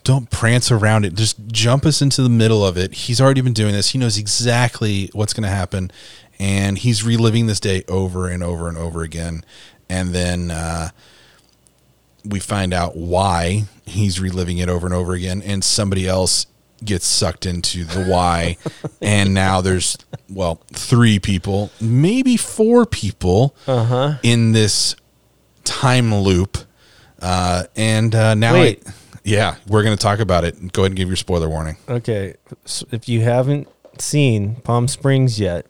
don't prance around it just jump us into the middle of it he's already been doing this he knows exactly what's going to happen and he's reliving this day over and over and over again and then uh we find out why he's reliving it over and over again and somebody else gets sucked into the
[LAUGHS]
why and now there's well three people maybe four people
Uh-huh.
in this time loop uh, and uh, now
Wait.
it, yeah we're going to talk about it go ahead and give your spoiler warning
Okay, so if you haven't seen Palm Springs yet,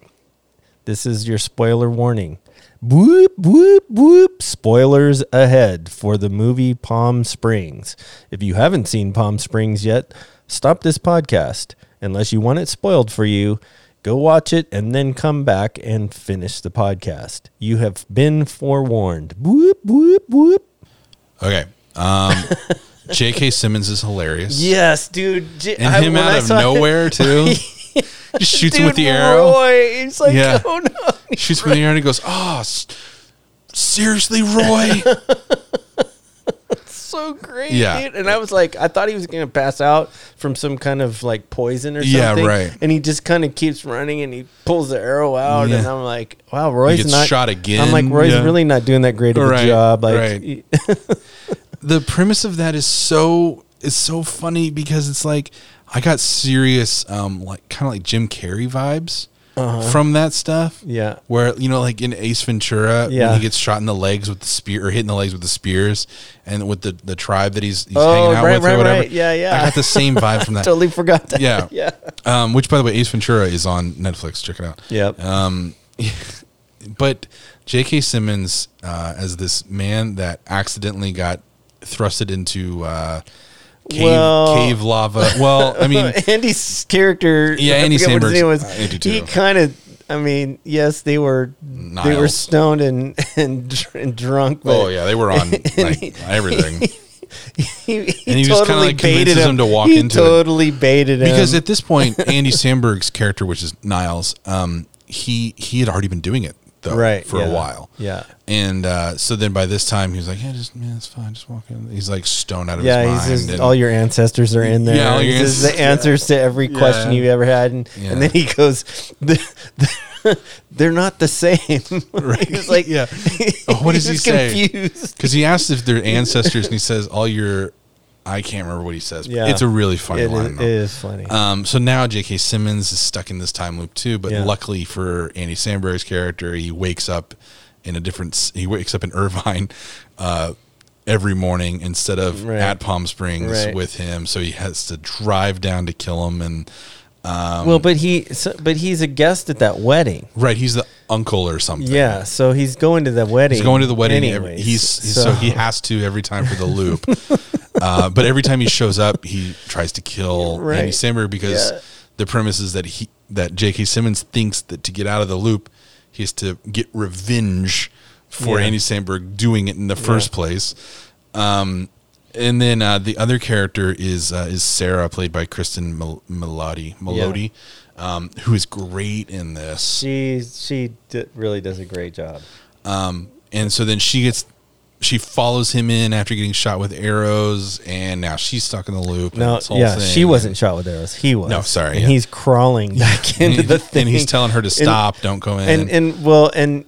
this is your spoiler warning. Whoop whoop whoop! Spoilers ahead for the movie Palm Springs. If you haven't seen Palm Springs yet, stop this podcast unless you want it spoiled for you. Go watch it and then come back and finish the podcast. You have been forewarned. Whoop whoop whoop!
okay
[LAUGHS]
um, jk simmons is hilarious
Yes, dude. J-
and
I-
him
when I
out of
saw it-
nowhere too
[LAUGHS]
just shoots him with the
Dude,
arrow
Roy, it's like,
Yeah.
oh no. [LAUGHS]
She's from the air and he goes, "Ah, s- seriously,
[LAUGHS]
Roy?
so great,
Yeah.
dude. And I was like, I thought he was gonna pass out from some kind of like poison or something.
Yeah, right.
And he just kind of keeps running and he pulls the arrow out, and
Yeah.
I'm like, wow, Roy's
gets
not
shot again,
I'm like, Roy's
yeah.
really not doing that great of
Right,
a job. Like,
right. the premise of that is so is so funny because it's like I got serious, um, like kind of like Jim Carrey vibes from that stuff.
Uh-huh. Yeah.
where you know, like in Ace Ventura,
Yeah.
when he gets shot in the legs with the spear or hit in the legs with the spears, and with the the tribe that he's, he's
Oh,
hanging out
right,
with
right,
or whatever.
right. Yeah, yeah.
I got the same vibe
[LAUGHS]
from that.
[LAUGHS] totally forgot that.
Yeah,
[LAUGHS] yeah,
Um, which, by the way, Ace Ventura is on Netflix. Check it out.
Yep.
Um, [LAUGHS] but J.K. Simmons uh, as this man that accidentally got thrusted into uh, cave,
Well-
cave lava. Well, I mean,
[LAUGHS]
[LAUGHS]
Andy's character.
Yeah,
I
Andy
forget what his
Samberg's-
name was.
I do too.
He kind of. I mean, yes, they were they were
Niles.
stoned and [LAUGHS] and, dr- and drunk. But
oh yeah, they were on
[LAUGHS]
like, everything
he, he
And he just kinda,
totally
like,
baited
convinces
him.
him to walk
he
into it.
totally baited him
because at this point, Andy Samberg's character, which is Niles, um, he he had already been doing it though
right
for
yeah,
a while.
Yeah,
And uh, so then by this time, he's like, yeah, just, yeah, it's fine. Just walk in. He's like stoned out of his
yeah.
mind.
He's just,
and-
all your ancestors are in there.
Yeah, all
He's
your
just
ancestors-
the answers to every question
Yeah.
you've ever had, and,
Yeah.
and then he goes, the, [LAUGHS] the, they're not the same. [LAUGHS]
Right.
He's like,
Yeah. Oh, what does he
he's
say?
Confused.
Because he asks if they're ancestors, and he says, "All your," I can't remember what he says. but
Yeah.
it's a really funny
It
line.
is, it
though.
is funny.
Um, so now J.K. Simmons is stuck in this time loop too. But
Yeah.
luckily for Andy Samberg's character, he wakes up in a different. s- He wakes up in Irvine uh, every morning instead of
Right.
at Palm Springs
Right.
with him. So he has to drive down to kill him. And Um,
well, but he, so, but he's a guest at that wedding.
right, he's the uncle or something.
Yeah, so he's going to the wedding.
He's going to the wedding. every-
anyways,
he's, he's so. he has to every time
[LAUGHS]
for the loop. uh, but every time he shows up, he tries to kill
Right.
Andy Samberg because
Yeah.
the premise is that he that J.K. Simmons thinks that to get out of the loop, he has to get revenge for
Yeah.
Andy Samberg doing it in the first place. Um, and then uh, the other character is uh, is Sarah, played by Kristen Mel- Melody, Melody um, who is great in this.
she she d- really does a great job.
Um, and so then she gets, she follows him in after getting shot with arrows, and now she's stuck in the loop. and
No,
this whole
yeah,
thing.
she wasn't [LAUGHS] shot with arrows. He was.
No, sorry,
And
yeah.
he's
[LAUGHS]
crawling back
And,
into the thing,
and he's telling her to stop, don't go in.
And, and well, and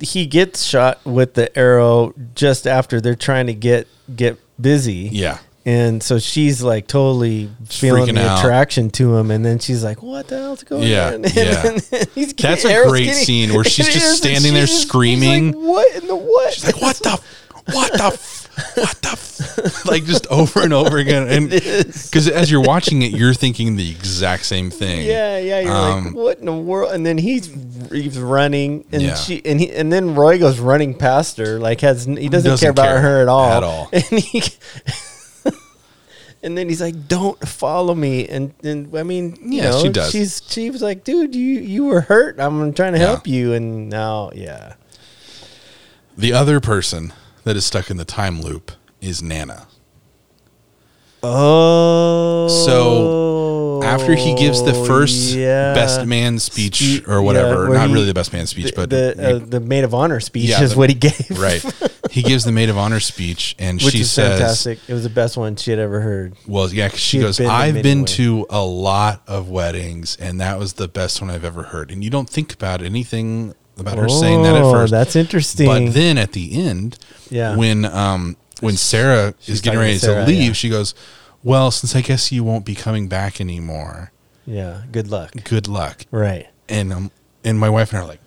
he gets shot with the arrow just after they're trying to get get busy.
yeah,
And so she's like totally feeling
freaking
the
out.
attraction to him, and then she's like, "What the hell's going
Yeah,
on?" [LAUGHS] And
yeah.
then he's
That's
getting-
a
arrows
great
getting-
scene where she's
it
just
is, [LAUGHS] and
standing there
she's just- she's like,
screaming.
what in the what?
She's like, what the, f- what the, f- what the, f-? [LAUGHS] like just over and over again. And
[LAUGHS]
because as you're watching it, you're thinking the exact same thing.
Yeah, yeah. You're
Um,
like, what in the world? And then he's he's running, and
Yeah.
she and he and then Roy goes running past her, like has n- he doesn't,
Doesn't
care about
care
her at all,
at all.
[LAUGHS] And he and then he's like, "Don't follow me." And and I mean, you
Yeah,
know,
she does.
She's she was like, "Dude, you you were hurt. I'm trying to
Yeah.
help you." And now, yeah,
The other person that is stuck in the time loop is Nana.
oh,
after he gives the first best man speech
Spe-
or whatever,
yeah, where
not
he-
really the best man speech,
the,
but
the, uh, the maid of honor speech
Yeah,
is
the-
what he gave, [LAUGHS]
right, he gives the maid of honor speech, and
which
she
is
says,
fantastic. It was the best one she had ever heard.
"Well, yeah." 'cause she
She had
goes,
been to
"I've
many
been
weddings."
to a lot of weddings, and that was the best one I've ever heard." And you don't think about anything about her saying that at
Oh,
first.
That's interesting.
But then at the end,
Yeah.
when um when Sarah
She's
is getting
talking to
ready to,
Sarah,
leave,
yeah.
she goes, "Well, since I guess you won't be coming back anymore,
yeah, good luck.
good luck."
Right.
and um, and my wife and I are like,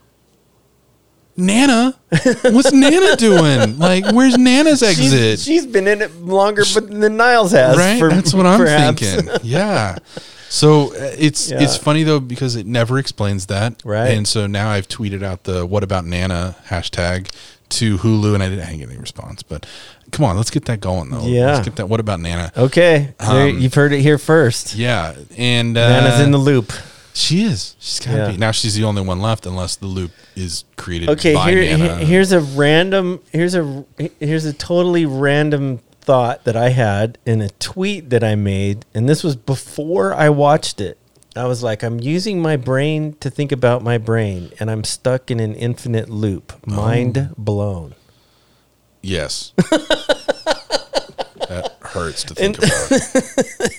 Nana, what's Nana doing? Like, where's Nana's
[LAUGHS] She's-
exit?
she's been in it longer but than Niles has.
right,
for-
that's what I'm
perhaps.
thinking. Yeah. So uh, it's
Yeah.
it's funny though because it never explains that.
Right.
And so now I've tweeted out the "What about Nana" hashtag to Hulu, and I didn't I didn't get any response. But come on, let's get that going though.
Yeah. Oh.
Let's get that. What about Nana?
Okay, there-
Um,
you've heard it here first.
Yeah. And uh,
Nana's in the loop.
She is. She's gotta
Yeah.
be. Now she's the only one left, unless the loop is created.
Okay,
by
here,
Nana.
he- here's a random. Here's a here's a totally random thought that I had in a tweet that I made, and this was before I watched it. I was like, I'm using my brain to think about my brain, and I'm stuck in an infinite loop. Mind blown. [LAUGHS]
Yes. that hurts to think about.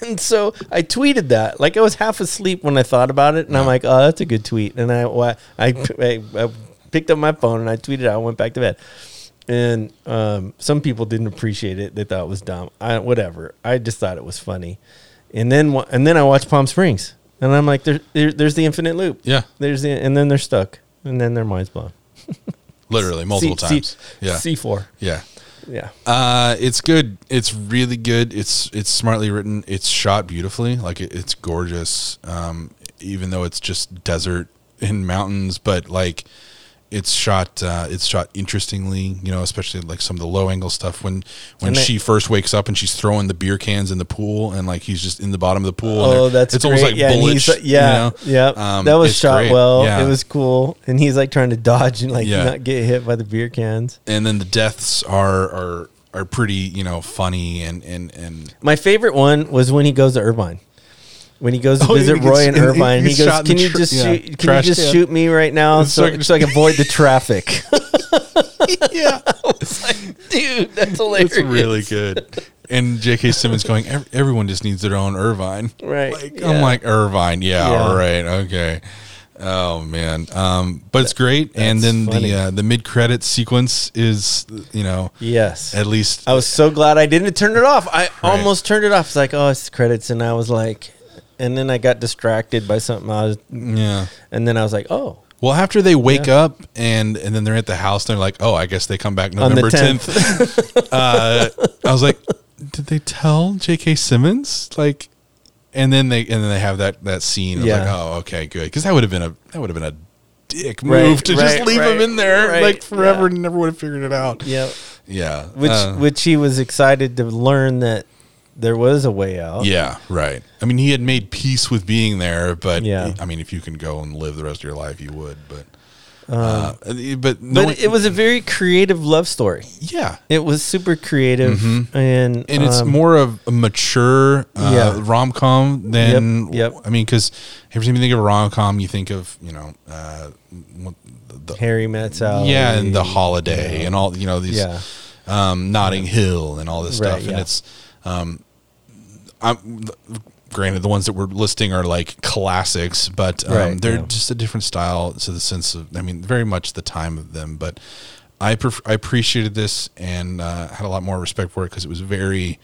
And [LAUGHS] so I tweeted that. Like I was half asleep when I thought about it, and I'm
Yeah.
like, oh, that's a good tweet. And I, wa- I, [LAUGHS] I, I picked up my phone and I tweeted. it out and went back to bed. And um, some people didn't appreciate it; they thought it was dumb. I, whatever. I just thought it was funny. And then, wa- and then I watched Palm Springs, and I'm like, there, there, there's the infinite loop.
Yeah,
There's the, and then they're stuck, and then their minds blown.
literally
[LAUGHS]
multiple
C-
times.
C,
yeah,
C four.
yeah.
Yeah.
Uh, it's good. It's really good. It's it's smartly written. It's shot beautifully. Like it, it's gorgeous. Um, even though it's just desert and mountains, but like it's shot uh, it's shot interestingly. You know, especially like some of the low angle stuff when when
And it-
she first wakes up and she's throwing the beer cans in the pool and like he's just in the bottom of the pool. and
Oh,
they're-
that's
it's
great.
almost like
yeah, and
bullets.
he's- uh, yeah,
you know?
yeah.
Um,
that was
it's
shot
great.
well.
Yeah.
It was cool, and he's like trying to dodge and like
Yeah.
not get hit by the beer cans.
and then the deaths are are are pretty you know funny and and and
My favorite one was when he goes to Irvine. When he goes to
[LAUGHS] Oh, he
visit
gets-
Roy in
and he
Irvine, he
gets
goes,
shot in
"Can
the
you
tr-
just
yeah,
shoot? Can you
trash
just
can."
shoot me
[LAUGHS]
right now
It's
so,
like-
so I can avoid
[LAUGHS]
the traffic?" [LAUGHS]
yeah,
Dude, that's hilarious.
it's really good. And J.K. Simmons going, "Ev- everyone just needs their own Irvine.
Right,
Like,
yeah.
I'm like Irvine. Yeah,
Yeah.
All right. Okay. Oh man, um, but it's great. and
that's
then
funny.
the uh, the mid credit sequence is you know
Yes. Uh,
at least
I was so glad I didn't turn it off. I almost turned it off. It's like, oh, it's credits, and I was like, and then I got distracted by something. I was,
yeah.
and then I was like, oh,
Well, after they wake up and and then they're at the house, they're like, "Oh, I guess they come back
On the
November 10th. uh, I was like, "Did they tell J.K. Simmons?" Like, and then they and then they have that that scene. Yeah.
Yeah.
Like, oh, okay, good, because that would have been a that would have been a dick move
Right,
to
right,
just leave him
right,
in there
right,
like forever
yeah.
and never would have figured it out.
yeah.
yeah,
Which
uh,
which he was excited to learn that there was a way out.
yeah, right. I mean, he had made peace with being there, but
Yeah.
I mean, if you can go and live the rest of your life, you would. But uh, but no,
But it was a very creative love story.
yeah.
It was super creative, and
Mm-hmm. and it's
um,
more of a mature uh,
Yeah.
rom com than
Yep, yep.
I mean, because every time you think of a rom com, you think of you know, uh, what- the,
Harry Metz out.
yeah, and the holiday and all you know these,
Yeah.
um, Notting Hill and all this
Right,
stuff, and
yeah.
it's, um, I'm. th- Granted, the ones that we're listing are like classics, but um,
Right,
they're
yeah.
just a different style to the sense of, I mean, very much the time of them. But I pref- I appreciated this and uh, had a lot more respect for it because it was very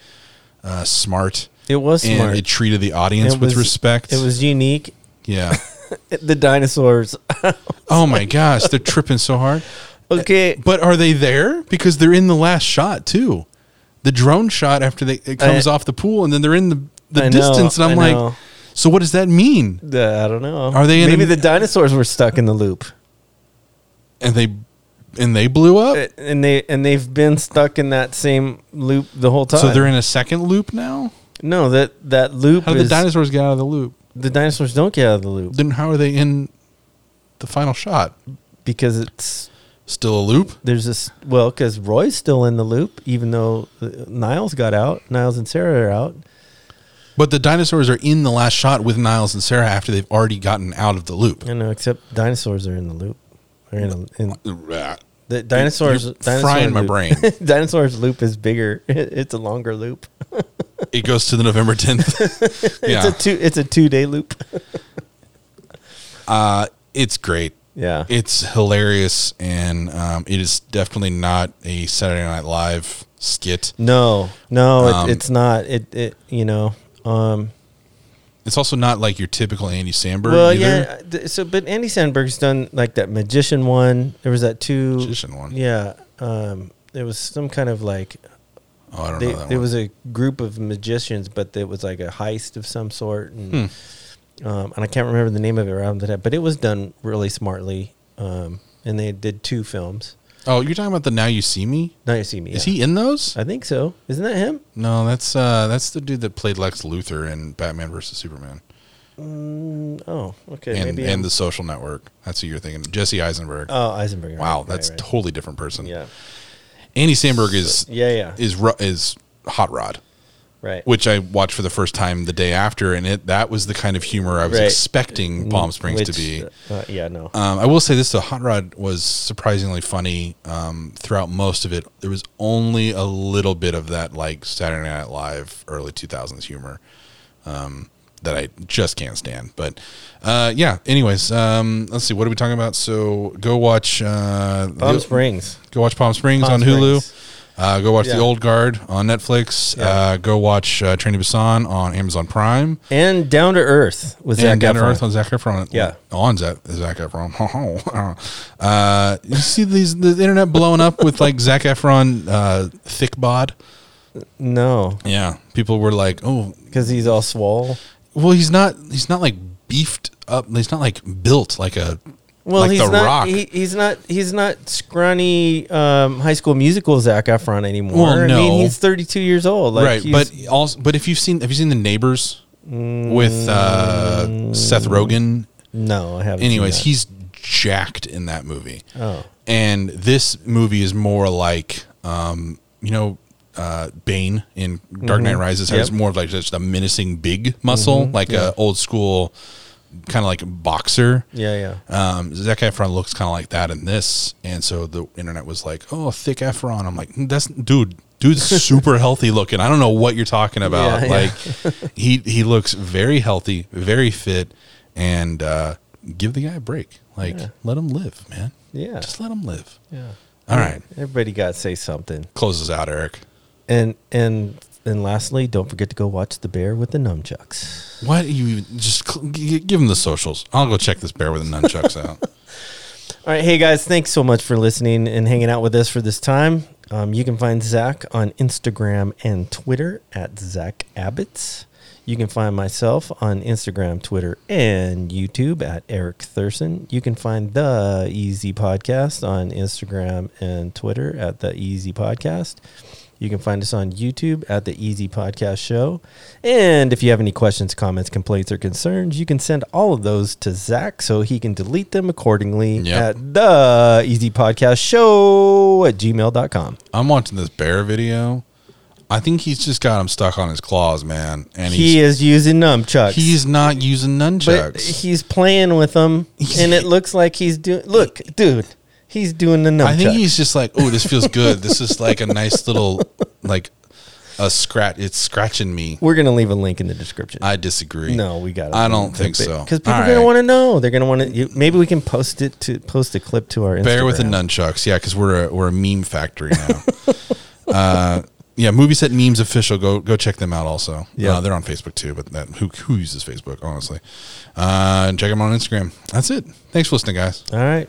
uh, smart
It was
and
smart.
it treated the audience
It
with
was-
respect.
It was unique.
yeah.
The dinosaurs. [LAUGHS]
oh my gosh, they're tripping so hard.
okay,
But are they there? Because they're in the last shot too. The drone shot after they it comes
I-
off the pool and then they're in the, the
I know,
distance and I'm
I
like,
know.
so what does that mean?
The- I don't know.
Are they in
Maybe
a-
the dinosaurs were stuck in the loop,
And they and they blew up.
Uh, and they and they've been stuck in that same loop the whole time.
so they're in a second loop now?
no that that loop.
How did
is-
the dinosaurs get out of the loop?
the dinosaurs don't get out of the loop
Then how are they in the final shot?
because it's
Still a loop?
there's this well because Roy's still in the loop even though uh, Niles got out. Niles and Sarah are out.
But the dinosaurs are in the last shot with Niles and Sarah after they've already gotten out of the loop.
I know, except dinosaurs are in the loop. They're in, a, in the
You're-
dinosaurs.
you're
dinosaur
frying my
loop-
brain.
[LAUGHS] dinosaurs loop is bigger. [LAUGHS] It's a longer loop.
it goes to the November 10th. yeah.
[LAUGHS] It's a two. It's a two
[LAUGHS]
day loop.
uh, it's great.
yeah.
It's hilarious. And um, it is definitely not a Saturday Night Live skit.
No, no,
Um,
it, it's not. It, it, you know. Um,
It's also not like your typical Andy Samberg
well,
either.
yeah. th- So, but Andy Sandberg's done like that magician one. There was that two.
Magician one.
Yeah. Um, there was some kind of like
Oh, I don't
they,
know that
there
one.
was a group of magicians, but it was like a heist of some sort, and
Hmm.
um, and I can't remember the name of it around the but it was done really smartly. Um, and they did two films.
oh, you're talking about the Now You See Me?
Now you see me.
Is
yeah.
he in those?
I think so. Isn't that him?
No, that's uh, that's the dude that played Lex Luthor in Batman versus Superman
Mm, oh, okay.
and
maybe.
and
I'm-
The Social Network. That's who you're thinking. Jesse Eisenberg.
oh, Eisenberg.
wow,
right,
that's
right.
totally different person.
yeah.
Andy Samberg is
Yeah, yeah.
is ru- is Hot Rod.
right.
which I watched for the first time the day after, and it that was the kind of humor I was
Right.
expecting Palm Springs to
Mm, Which,
be.
Uh, yeah, no.
Um, I will say this: the Hot Rod was surprisingly funny um, throughout most of it. There was only a little bit of that like Saturday Night Live early two thousands humor um, that I just can't stand. But uh, yeah, anyways, um, let's see. What are we talking about? So go watch uh,
Palm
the-
Springs.
Go watch Palm Springs
Palm
on Hulu.
Springs.
Uh, go watch
Yeah.
The Old Guard on Netflix.
Yeah.
Uh, go watch uh, Train to Busan on Amazon Prime.
And Down to Earth was
and
that
Down to Earth on Zac Efron.
Yeah.
On Zac, Zac Efron. [LAUGHS] Oh, uh, you see these the internet blowing up with like Zac Efron uh, thick bod?
No,
Yeah. People were like, oh,
because he's all swole.
well, he's not, he's not like beefed up. He's not like built like a,
Well,
like
he's
the
not.
rock.
He, he's not. He's not scrawny. Um, high School Musical Zac Efron anymore.
Well,
I mean,
no.
he's 32 years old. Like,
right,
he's-
but also, but if you've seen, have you seen the Neighbors with uh, Seth Rogen?
no, I haven't. seen
Anyways,
that.
he's jacked in that movie,
Oh.
and this movie is more like, um, you know, uh, Bane in Dark Knight Rises has
Mm-hmm. Yep. Mm-hmm.
more of like just a menacing big muscle, like a old school kind of like boxer.
Yeah, yeah.
Um, Zac Efron looks kind of like that in this, and so the internet was like, "Oh, thick Efron." I'm like, "Hmm, "That's dude,
[LAUGHS]
dude's super healthy looking. I don't know what you're talking about.
Yeah,
like, he he looks very healthy, very fit, and uh, give the guy a break. Like,
Yeah.
let him live, man.
Yeah.
Just let him live.
yeah.
All right.
Everybody got to say something.
Closes out, Eric.
And and and lastly, don't forget to go watch the bear with the nunchucks.
Why do you even- just cl- g- give him the socials? I'll go check this bear with the nunchucks
[LAUGHS]
out.
All right, hey guys, thanks so much for listening and hanging out with us for this time. Um, you can find Zach on Instagram and Twitter at Zach Abbotts. You can find myself on Instagram, Twitter, and YouTube at Eric Thurston. You can find the Easy Podcast on Instagram and Twitter at the Easy Podcast. You can find us on YouTube at the Easy Podcast Show. And if you have any questions, comments, complaints, or concerns, you can send all of those to Zach so he can delete them accordingly
Yep.
at the Easy Podcast Show at gmail.com.
I'm watching this bear video. I think he's just got him stuck on his claws, man. And
He
he's,
is using nunchucks.
he's not using
but
nunchucks.
he's playing
[LAUGHS]
with them, and it looks like he's doing. Look, dude, he's doing the nunchucks.
I think he's just like, oh, this feels good. this is like a nice little, like a scratch. It's scratching me.
We're gonna leave a link in the description.
I disagree.
No, we got.
I don't think so.
Because people
All
are gonna
right.
want to know. They're gonna want to. Maybe we can post it to post a clip to our Instagram.
Bear with the nunchucks. Yeah, because we're a, we're a meme factory
[LAUGHS]
now. uh, yeah, movie set memes official. Go go check them out. Also,
Yeah.
Uh, they're on Facebook too. But that who who uses Facebook honestly? Uh, and check them out on Instagram. That's it. Thanks for listening, guys.
All right.